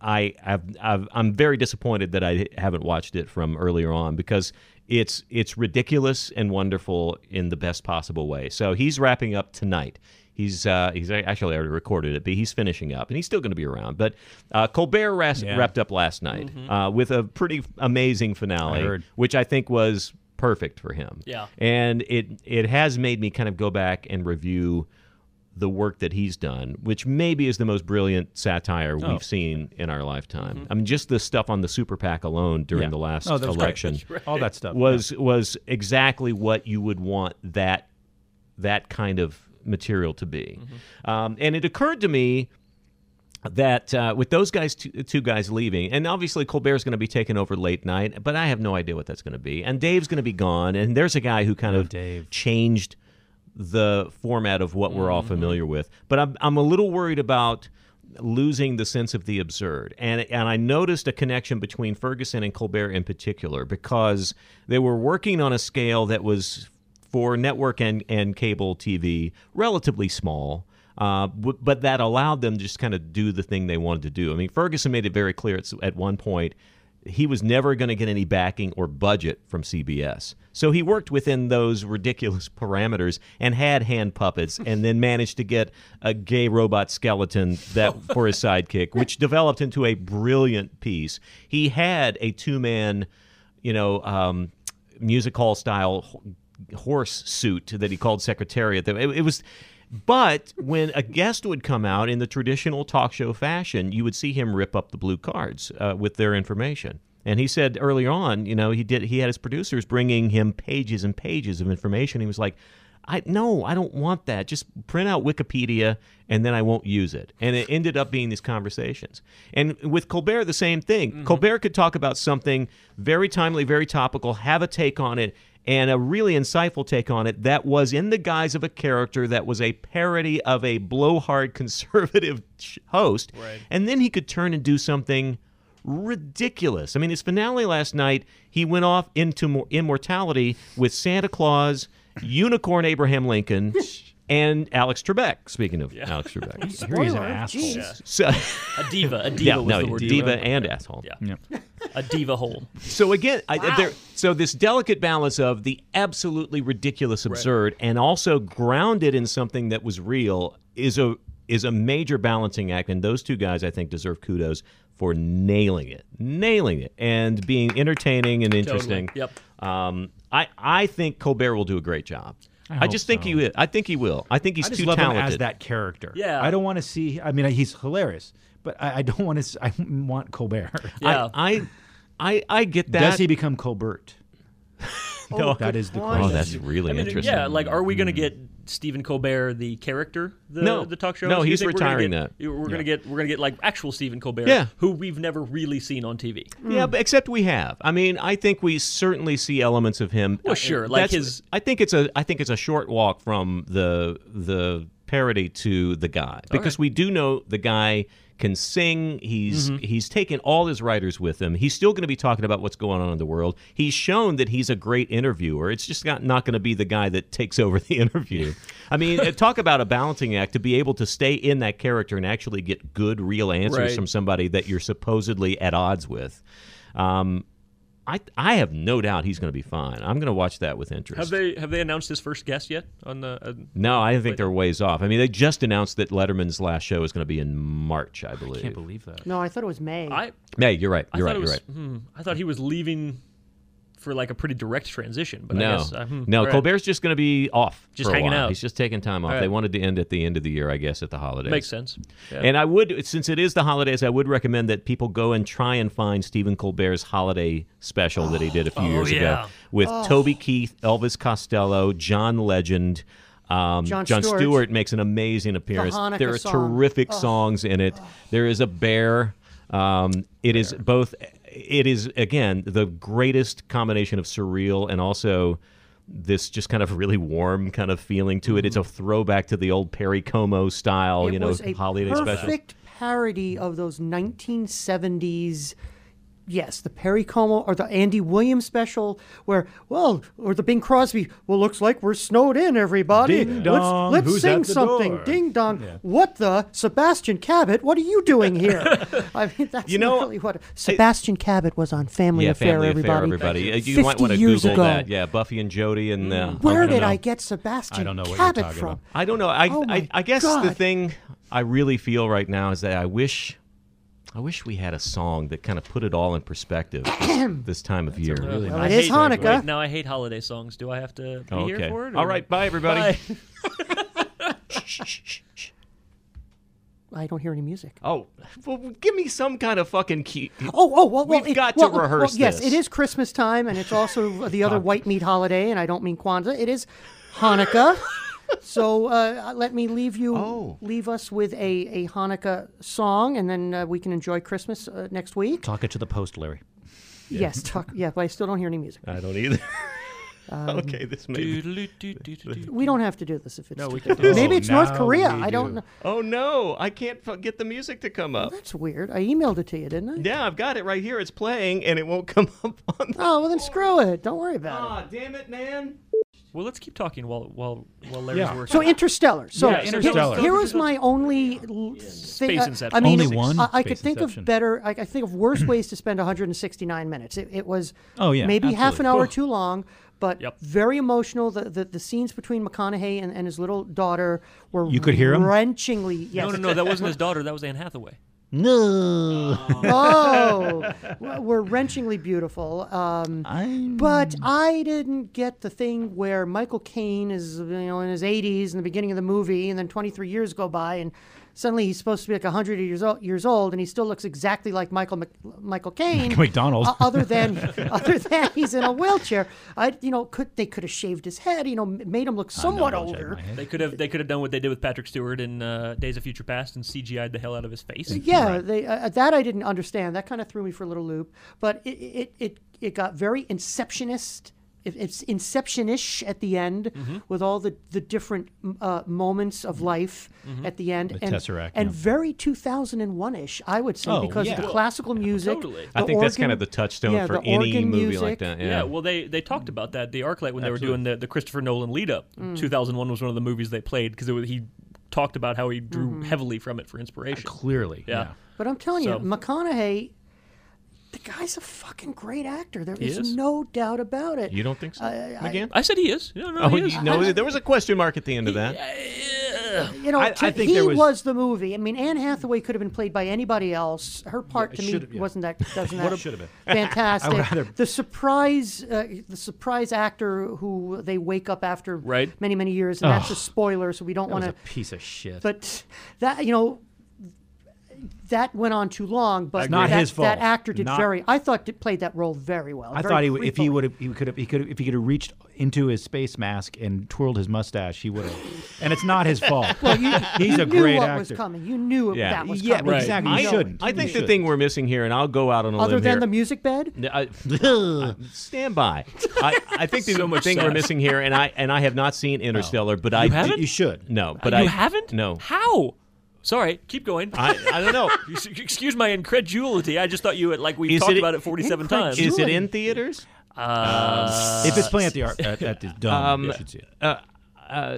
B: I I've, I've, I'm very disappointed that I haven't watched it from earlier on because it's it's ridiculous and wonderful in the best possible way. So he's wrapping up tonight. He's uh, he's actually already recorded it, but he's finishing up, and he's still going to be around. But uh, Colbert ras- wrapped up last night uh, with a pretty amazing finale,
E: Mm-hmm. I heard.
B: which I think was perfect for him.
D: Yeah.
B: and it it has made me kind of go back and review the work that he's done, which maybe is the most brilliant satire
E: Oh.
B: we've seen in our lifetime. I mean, just the stuff on the super PAC alone during
E: Mm-hmm. Yeah.
B: the last
E: Oh, that was great.
B: election
E: All that stuff.
B: was was exactly what you would want that that kind of material to be. Um, and it occurred to me that uh, with those guys, two, two guys leaving, and obviously Colbert's going to be taking over late night, but I have no idea what that's going to be. And Dave's going to be gone, and there's a guy who kind of
E: Dave.
B: changed the format of what we're all familiar with. But I'm, I'm a little worried about losing the sense of the absurd. And and I noticed a connection between Ferguson and Colbert in particular because they were working on a scale that was for network and, and cable TV relatively small. Uh, w- but that allowed them to just kind of do the thing they wanted to do. I mean, Ferguson made it very clear at, s- at one point he was never going to get any backing or budget from CBS. So he worked within those ridiculous parameters and had hand puppets, and then managed to get a gay robot skeleton that for his sidekick, which developed into a brilliant piece. He had a two-man, you know, um, music hall style h- horse suit that he called Secretariat. It, it was. But when a guest would come out in the traditional talk show fashion, you would see him rip up the blue cards uh, with their information. And he said earlier on, you know, he did. He had his producers bringing him pages and pages of information. He was like, "I no, I don't want that. Just print out Wikipedia, and then I won't use it." And it ended up being these conversations. And with Colbert, the same thing. Colbert could talk about something very timely, very topical, have a take on it, and a really insightful take on it that was in the guise of a character that was a parody of a blowhard conservative sh- host. And then he could turn and do something ridiculous. I mean, his finale last night, he went off into mor- immortality with Santa Claus, Unicorn Abraham Lincoln, and Alex Trebek. Speaking of Alex Trebek,
E: I hear he's an
C: Spoiler,
E: asshole.
C: jeez.
B: so
D: A diva. A diva
B: yeah,
D: was
B: no,
D: the word.
B: diva and asshole.
D: Yeah.
E: Yeah.
D: a diva hole.
B: So again, I, there, so this delicate balance of the absolutely ridiculous, absurd, and also grounded in something that was real is a is a major balancing act, and those two guys I think deserve kudos for nailing it, nailing it, and being entertaining and interesting.
D: Totally. Yep.
B: Um, I I think Colbert will do a great job. I,
E: hope
B: just think
E: so.
B: he will. I think he will. I think he's
E: I just
B: too
E: love
B: talented.
E: him as that character.
D: Yeah.
E: I don't want to see. I mean, he's hilarious, but I, I don't want to. I want Colbert.
D: Yeah.
B: I, I I I get that.
E: Does he become Colbert? no, that is the
C: Oh, point.
E: question.
B: oh, that's really
D: I mean,
B: interesting.
D: Yeah, like, are we going to get Stephen Colbert the character? The,
B: Hmm. No.
D: the talk show.
B: No,
D: Do you
B: he's
D: think we're gonna
B: retiring
D: get- We're going to get we're going to get like actual Stephen Colbert,
B: Yeah.
D: who we've never really seen on TV.
B: Yeah, but except we have. I mean, I think we certainly see elements of him. uh,
D: Well, sure, like
B: That's-
D: his-
B: I think it's a. I think it's a short walk from the the parody to the guy because we do know the guy can sing. He's
D: Mm-hmm.
B: he's taken all his writers with him. He's still going to be talking about what's going on in the world. He's shown that he's a great interviewer. It's just not not going to be the guy that takes over the interview. I mean, uh, talk about a balancing act to be able to stay in that character and actually get good real answers
D: Right.
B: from somebody that you're supposedly at odds with. Um, I I have no doubt he's going to be fine. I'm going to watch that with interest.
D: Have they have they announced his first guest yet on the? Uh,
B: no, I think they're ways off. I mean, they just announced that Letterman's last show is going to be in March, I believe.
E: can't believe that.
C: No, I thought it was May.
D: I
B: May, you're right.
D: I
B: You're right.
D: thought it was.
B: You're right.
D: hmm, I thought he was leaving for like a pretty direct transition, but I
B: No,
D: guess uh, hmm,
B: no,
D: right.
B: Colbert's just going to be off.
D: Just
B: for a
D: hanging
B: while.
D: out.
B: He's just taking time off.
D: All right.
B: They wanted to end at the end of the year, I guess, at the holidays.
D: makes sense. Yeah.
B: And I would, since it is the holidays, I would recommend that people go and try and find Stephen Colbert's holiday special that he did a
C: Oh,
B: few years
D: yeah.
B: ago with Toby Keith, Elvis Costello, John Legend. Um,
C: Jon
B: Stewart.
C: Stewart.
B: makes an amazing appearance.
C: Hanukkah
B: there are
C: song.
B: terrific songs in it. There is a bear. Um, it is both. It is again the greatest combination of surreal and also this just kind of really warm kind of feeling to it. It's
C: Mm-hmm.
B: a throwback to the old Perry Como style,
C: it
B: Oh, you know,
C: was a
B: holiday
C: perfect
B: specials.
C: parody of those 1970s. Yes, the Perry Como or the Andy Williams special, where well, or the Bing Crosby. Well, looks like we're snowed in, everybody.
E: Ding
C: let's
E: dong,
C: let's
E: who's
C: sing
E: at the
C: something.
E: door?
C: Ding dong. What the Sebastian Cabot? What are you doing here? I mean, that's
B: You know,
C: really what Sebastian Cabot was on Family
B: yeah,
C: Affair.
B: Family
C: everybody,
B: Affair, everybody. Uh, You
C: 50
B: might want to
C: years
B: Google
C: ago.
B: that. Yeah, Buffy and Jody and uh,
C: Where
B: I don't
C: did
B: know.
C: I get Sebastian
E: know what you're
C: Cabot
E: talking
C: from?
E: about.
B: I don't know. I
C: Oh
B: I,
C: my
B: I guess the
C: God.
B: thing I really feel right now is that I wish. I wish we had a song that kind of put it all in perspective this, this time of year.
C: Well, it is Hanukkah.
D: Now I hate holiday songs. Do I have to be
B: Oh,
D: here
B: okay.
D: for it?
B: All
D: or-
B: right. Bye, everybody.
D: Bye.
B: Shh, shh, shh, shh.
C: I don't hear any music.
B: Oh, well, give me some kind of fucking key.
C: Oh, oh, well, well
B: We've
C: it-
B: got to
C: well, well,
B: rehearse
C: Yes,
B: this.
C: it is Christmas time, and it's also the other white meat holiday, and I don't mean Kwanzaa. It is Hanukkah. so uh, let me leave you,
E: Oh.
C: leave us with a, a Hanukkah song, and then uh, we can enjoy Christmas uh, next week.
E: Talk it to the post, Larry.
C: Yes, talk, yeah, but I still don't hear any music.
B: I don't either. okay, this may be.
D: Doodle-doo-doo-doo-doo.
C: We don't have to do this if it's. No,
E: we can do it.
C: Maybe it's
E: Oh,
C: North
E: now
C: Korea.
E: we
C: I don't
E: do.
C: know.
B: Oh no, I can't f- get the music to come up.
C: That's weird. I emailed it to you, didn't I?
B: Yeah, I've got it right here. It's playing, and it won't come up on. The-
C: Oh well, then screw it. Don't worry about it.
B: Ah, damn it, man!
D: Well, let's keep talking while while while Larry's
E: Yeah.
D: working.
C: So Interstellar. So
E: Yeah, Interstellar.
C: Here, here was my only l- thing. I- I
D: Inception.
C: mean,
E: Only one?
C: I, I could
E: Space
C: think
E: Inception.
C: of better. I, I think of worse ways to spend 169 minutes. It, it was
E: Oh, yeah,
C: maybe half an
E: absolutely.
C: hour too long, but
D: Yep.
C: very emotional. The, the the scenes between McConaughey and, and his little daughter were
E: You could hear 'em?
C: wrenchingly. Yes.
D: no, no, no, that wasn't his daughter. That was Anne Hathaway.
E: No,
C: oh, w- were wrenchingly beautiful. Um, but I didn't get the thing where Michael Caine is, you know, in his 80s in the beginning of the movie, and then 23 years go by, and suddenly he's supposed to be like 100 years old, years old and he still looks exactly like Michael Mc, Michael Caine.
E: McDonald.
C: o- other than, other than he's in a wheelchair. I, you know, could they could have shaved his head, you know, m- made him look somewhat
E: I'll shake
C: older.
E: my head.
D: They could have they could have done what they did with Patrick Stewart in uh, Days of Future Past and CGI'd the hell out of his face.
C: Yeah, they, uh, that I didn't understand. That kind of threw me for a little loop. But it it it, it got very inceptionist it- it's inception-ish at the end
B: Mm-hmm.
C: with all the the different m- uh, moments of life
B: Mm-hmm.
C: at the end and
E: Tesseract,
C: and
E: yeah.
C: very 2001-ish I would say
E: Oh,
C: because of
E: yeah.
C: the classical music
D: Totally.
B: I
C: the
B: think that's kind
C: organ-
B: of the touchstone
C: yeah,
B: for
C: the
B: any
C: organ
B: movie like
C: music.
B: that.
D: Yeah. well, they they talked about that. The ArcLight when they were doing
E: Absolutely.
D: the, the Christopher Nolan lead up.
C: Mm.
D: 2001 was one of the movies they played because he talked about how he drew
C: Mm-hmm.
D: heavily from it for inspiration.
E: Clearly.
D: Yeah.
C: But I'm telling
D: So-
C: you, McConaughey, the guy's a fucking great actor. There
D: He
C: is,
D: is.
C: no doubt about it.
B: You don't think so, McGann?
D: I said he is. No, no,
B: oh,
D: he is.
B: you know, there was a question mark at the end of that.
C: You know,
E: I-
C: to-
E: I think
C: he
E: there was-
C: the movie. I mean, Anne Hathaway could have been played by anybody else. Her part
E: it
C: to me
E: should've- yeah.
C: wasn't that doesn't
E: What
C: that
E: it should've been.
C: fantastic.
E: I would rather-
C: The surprise, uh, the surprise actor who they wake up after
D: Right.
C: many many years, and that's a spoiler, so we don't
E: That
C: want
E: was a
C: to.
E: piece of shit.
C: But that you know. That went on too long, but
E: Not
C: that,
E: his
C: that
E: fault.
C: actor did
E: Not-
C: very. I thought did, played that role very well.
E: I
C: very
E: thought he would, if he
C: creepily.
E: would have, he could have, he could have, if he could have reached into his space mask and twirled his mustache, he would have. and it's not his fault.
C: Well, you,
E: He's
C: you
E: a
C: knew
E: great
C: what
E: actor.
C: was coming. You knew
B: Yeah.
C: that was
E: Yeah,
C: coming.
E: Right. exactly. You
B: I,
E: shouldn't.
B: I
E: You
B: think the
E: shouldn't.
B: thing we're missing here, and I'll go out on a
C: Other
B: limb
C: than
B: here.
C: the music bed,
B: I, stand by. I, I think the
D: So much
B: thing we're
D: sad.
B: missing here, and I and I have not seen Interstellar, but I
D: haven't? Uh,
E: you should.
B: no, but
D: you
B: I
D: haven't?
B: no.
D: How? Sorry, keep going.
B: I, I don't know.
D: You s- Excuse my incredulity. I just thought you had like we
B: Is
D: talked
B: it-
D: about it 47 times. Uh,
B: Is it in theaters?
E: if it's playing at the ar- at, at the dome, you should see it.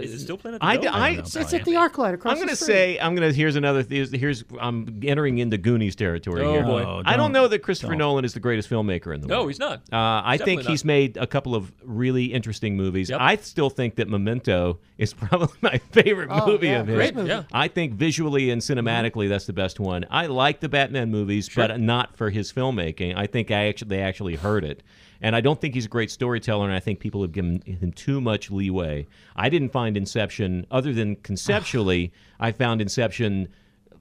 D: Is it still playing at the
B: I,
D: Dome?
B: I-
E: don't know.
C: it's at the ArcLight across
B: I'm gonna
C: the street.
B: say I'm gonna here's another here's, here's I'm entering into Goonies territory
D: Oh,
B: here.
D: boy.
E: No,
B: I don't
E: don't.
B: know that Christopher Nolan is the greatest filmmaker in the world.
D: No, he's not.
B: Uh, I think
D: Definitely
B: he's made a couple of really interesting movies.
D: Yep.
B: I still think that Memento is probably my favorite
C: Oh,
B: movie
C: yeah,
B: of his.
C: great movie.
D: Yeah.
B: I think visually and cinematically that's the best one. I like the Batman movies, but not for his filmmaking. I think I actually they actually heard it. And I don't think he's a great storyteller, and I think people have given him too much leeway. I didn't find Inception, other than conceptually, I found Inception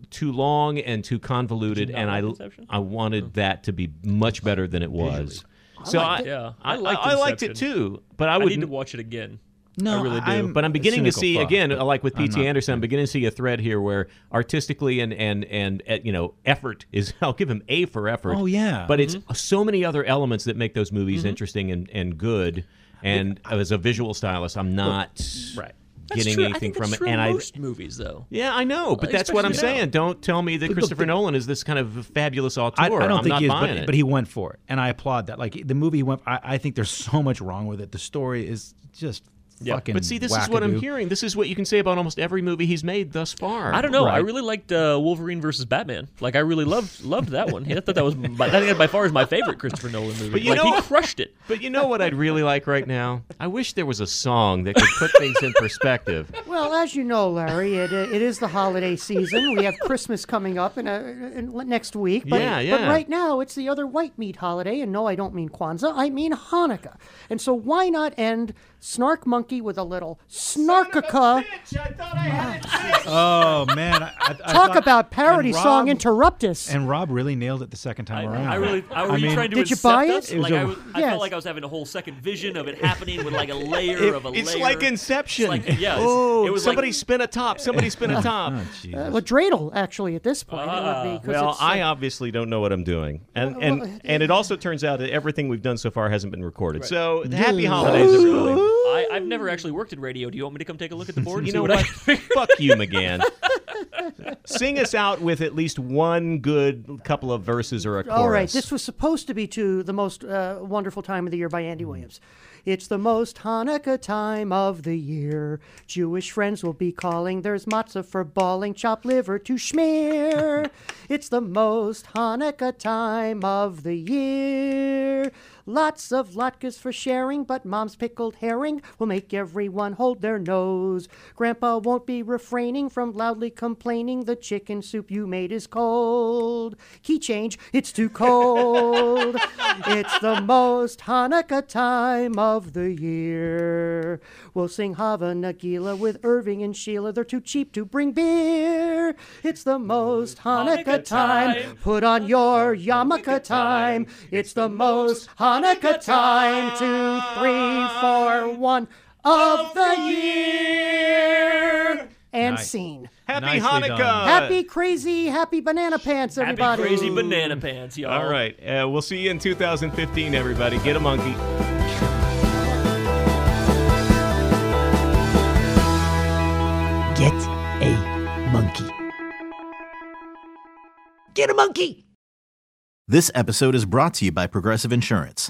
B: too long and too convoluted, and I
D: Inception?
B: I wanted that to be much better than it was. So I,
D: it. Yeah, I
B: I,
D: liked
B: I liked it
D: Inception.
B: too, but I
D: I
B: would
D: need to watch it again.
E: No,
D: I really do.
E: I'm-
B: but I'm beginning to
E: Cynical
B: see
E: thought,
B: again,
E: but
B: like with
E: I'm
B: P.T.
E: not-
B: Anderson, I'm beginning to see a thread here where artistically and and and uh, you know effort is. I'll give him A for effort.
E: Oh, yeah. Mm-hmm.
B: but it's so many other elements that make those movies interesting and and good. And as a visual stylist, I'm not
D: Right. That's
B: getting
D: true. I
B: anything
D: think that's
B: from it.
D: true
B: And
D: in
B: I
D: most movies though.
B: yeah, I know, but that's what I'm
D: especially now.
B: saying. Don't tell me that Christopher Nolan is this kind of fabulous auteur.
E: I, I don't
B: am
E: think
B: not
E: he is,
B: buying
E: but,
B: it.
E: but he went for it, and I applaud that. Like the movie went. I, I think there's so much wrong with it. The story is just fucking.
B: But see, this is what I'm
E: wackadoo.
B: hearing. This is what you can say about almost every movie he's made thus far.
D: I don't know. I
E: Right.
D: really liked uh, Wolverine versus Batman. Like I really loved loved that one. I thought that was by, I think that by far is my favorite Christopher Nolan movie.
B: But you
D: like
B: know
D: he
B: what?
D: crushed it.
B: But you know what I'd really like right now? I wish there was a song that could put things in perspective.
C: Well, as you know, Larry, it, it is the holiday season. We have Christmas coming up in, a, in next week. But,
B: Yeah,
C: but
B: yeah.
C: right now, it's the other white meat holiday. And no, I don't mean Kwanzaa. I mean Hanukkah. And so why not end Snark Monkey with a little Snarkica?
E: Oh man, I, I, I
C: Talk
E: thought-
C: about parody
E: and
C: song
E: Rob-
C: interruptus.
E: And Rob really nailed it the second time
D: I,
E: around.
D: I really. I, were you trying to
C: Did you
D: incept
C: buy
D: us?
C: it?
E: It was
D: Like I
E: a-
D: was- I
C: Yes.
D: felt like I was having a whole second vision of it happening with like a layer of a
B: it's
D: layer.
B: like Inception.
D: It's like- yeah, it's-
B: oh,
D: it was like-
B: somebody spin a top. Somebody spin a top.
C: Uh, well, dreidel, actually, at this point. it would be, 'cause
B: Well,
C: it's, uh,
B: I obviously don't know what I'm doing, and and and it also turns out that everything we've done so far hasn't been recorded. So happy holidays, everybody.
D: I, I've never actually worked in radio. Do you want me to come take a look at the board? and
B: You
D: see
B: know
D: I-
B: what? Fuck you, McGann. Sing us out with at least one good couple of verses or a chorus.
C: All right, this was supposed to be to the most uh, wonderful time of the year by Andy Williams. It's the most Hanukkah time of the year. Jewish friends will be calling. There's matzah for balling, chopped liver to schmear. it's the most Hanukkah time of the year. Lots of latkes for sharing, but mom's pickled herring will make everyone hold their nose. Grandpa won't be refraining from loudly complaining the chicken soup you made is cold. Key change, it's too cold. it's the most Hanukkah time of the year. We'll sing Hava Nagila with Irving and Sheila. They're too cheap to bring beer. It's the most Mm, Hanukkah time. Put on your yarmulke time. It's the most Hanukkah time. Two, three, four, one of the year. And scene.
B: Happy
E: Nicely
B: Hanukkah.
E: done.
C: Happy crazy, happy banana pants,
D: Happy
C: everybody.
D: crazy banana pants, y'all.
B: All right. Uh, we'll see you in 2015, everybody. Get a monkey.
C: Hanukkah
F: Get a monkey. Get a monkey!
G: This episode is brought to you by Progressive Insurance.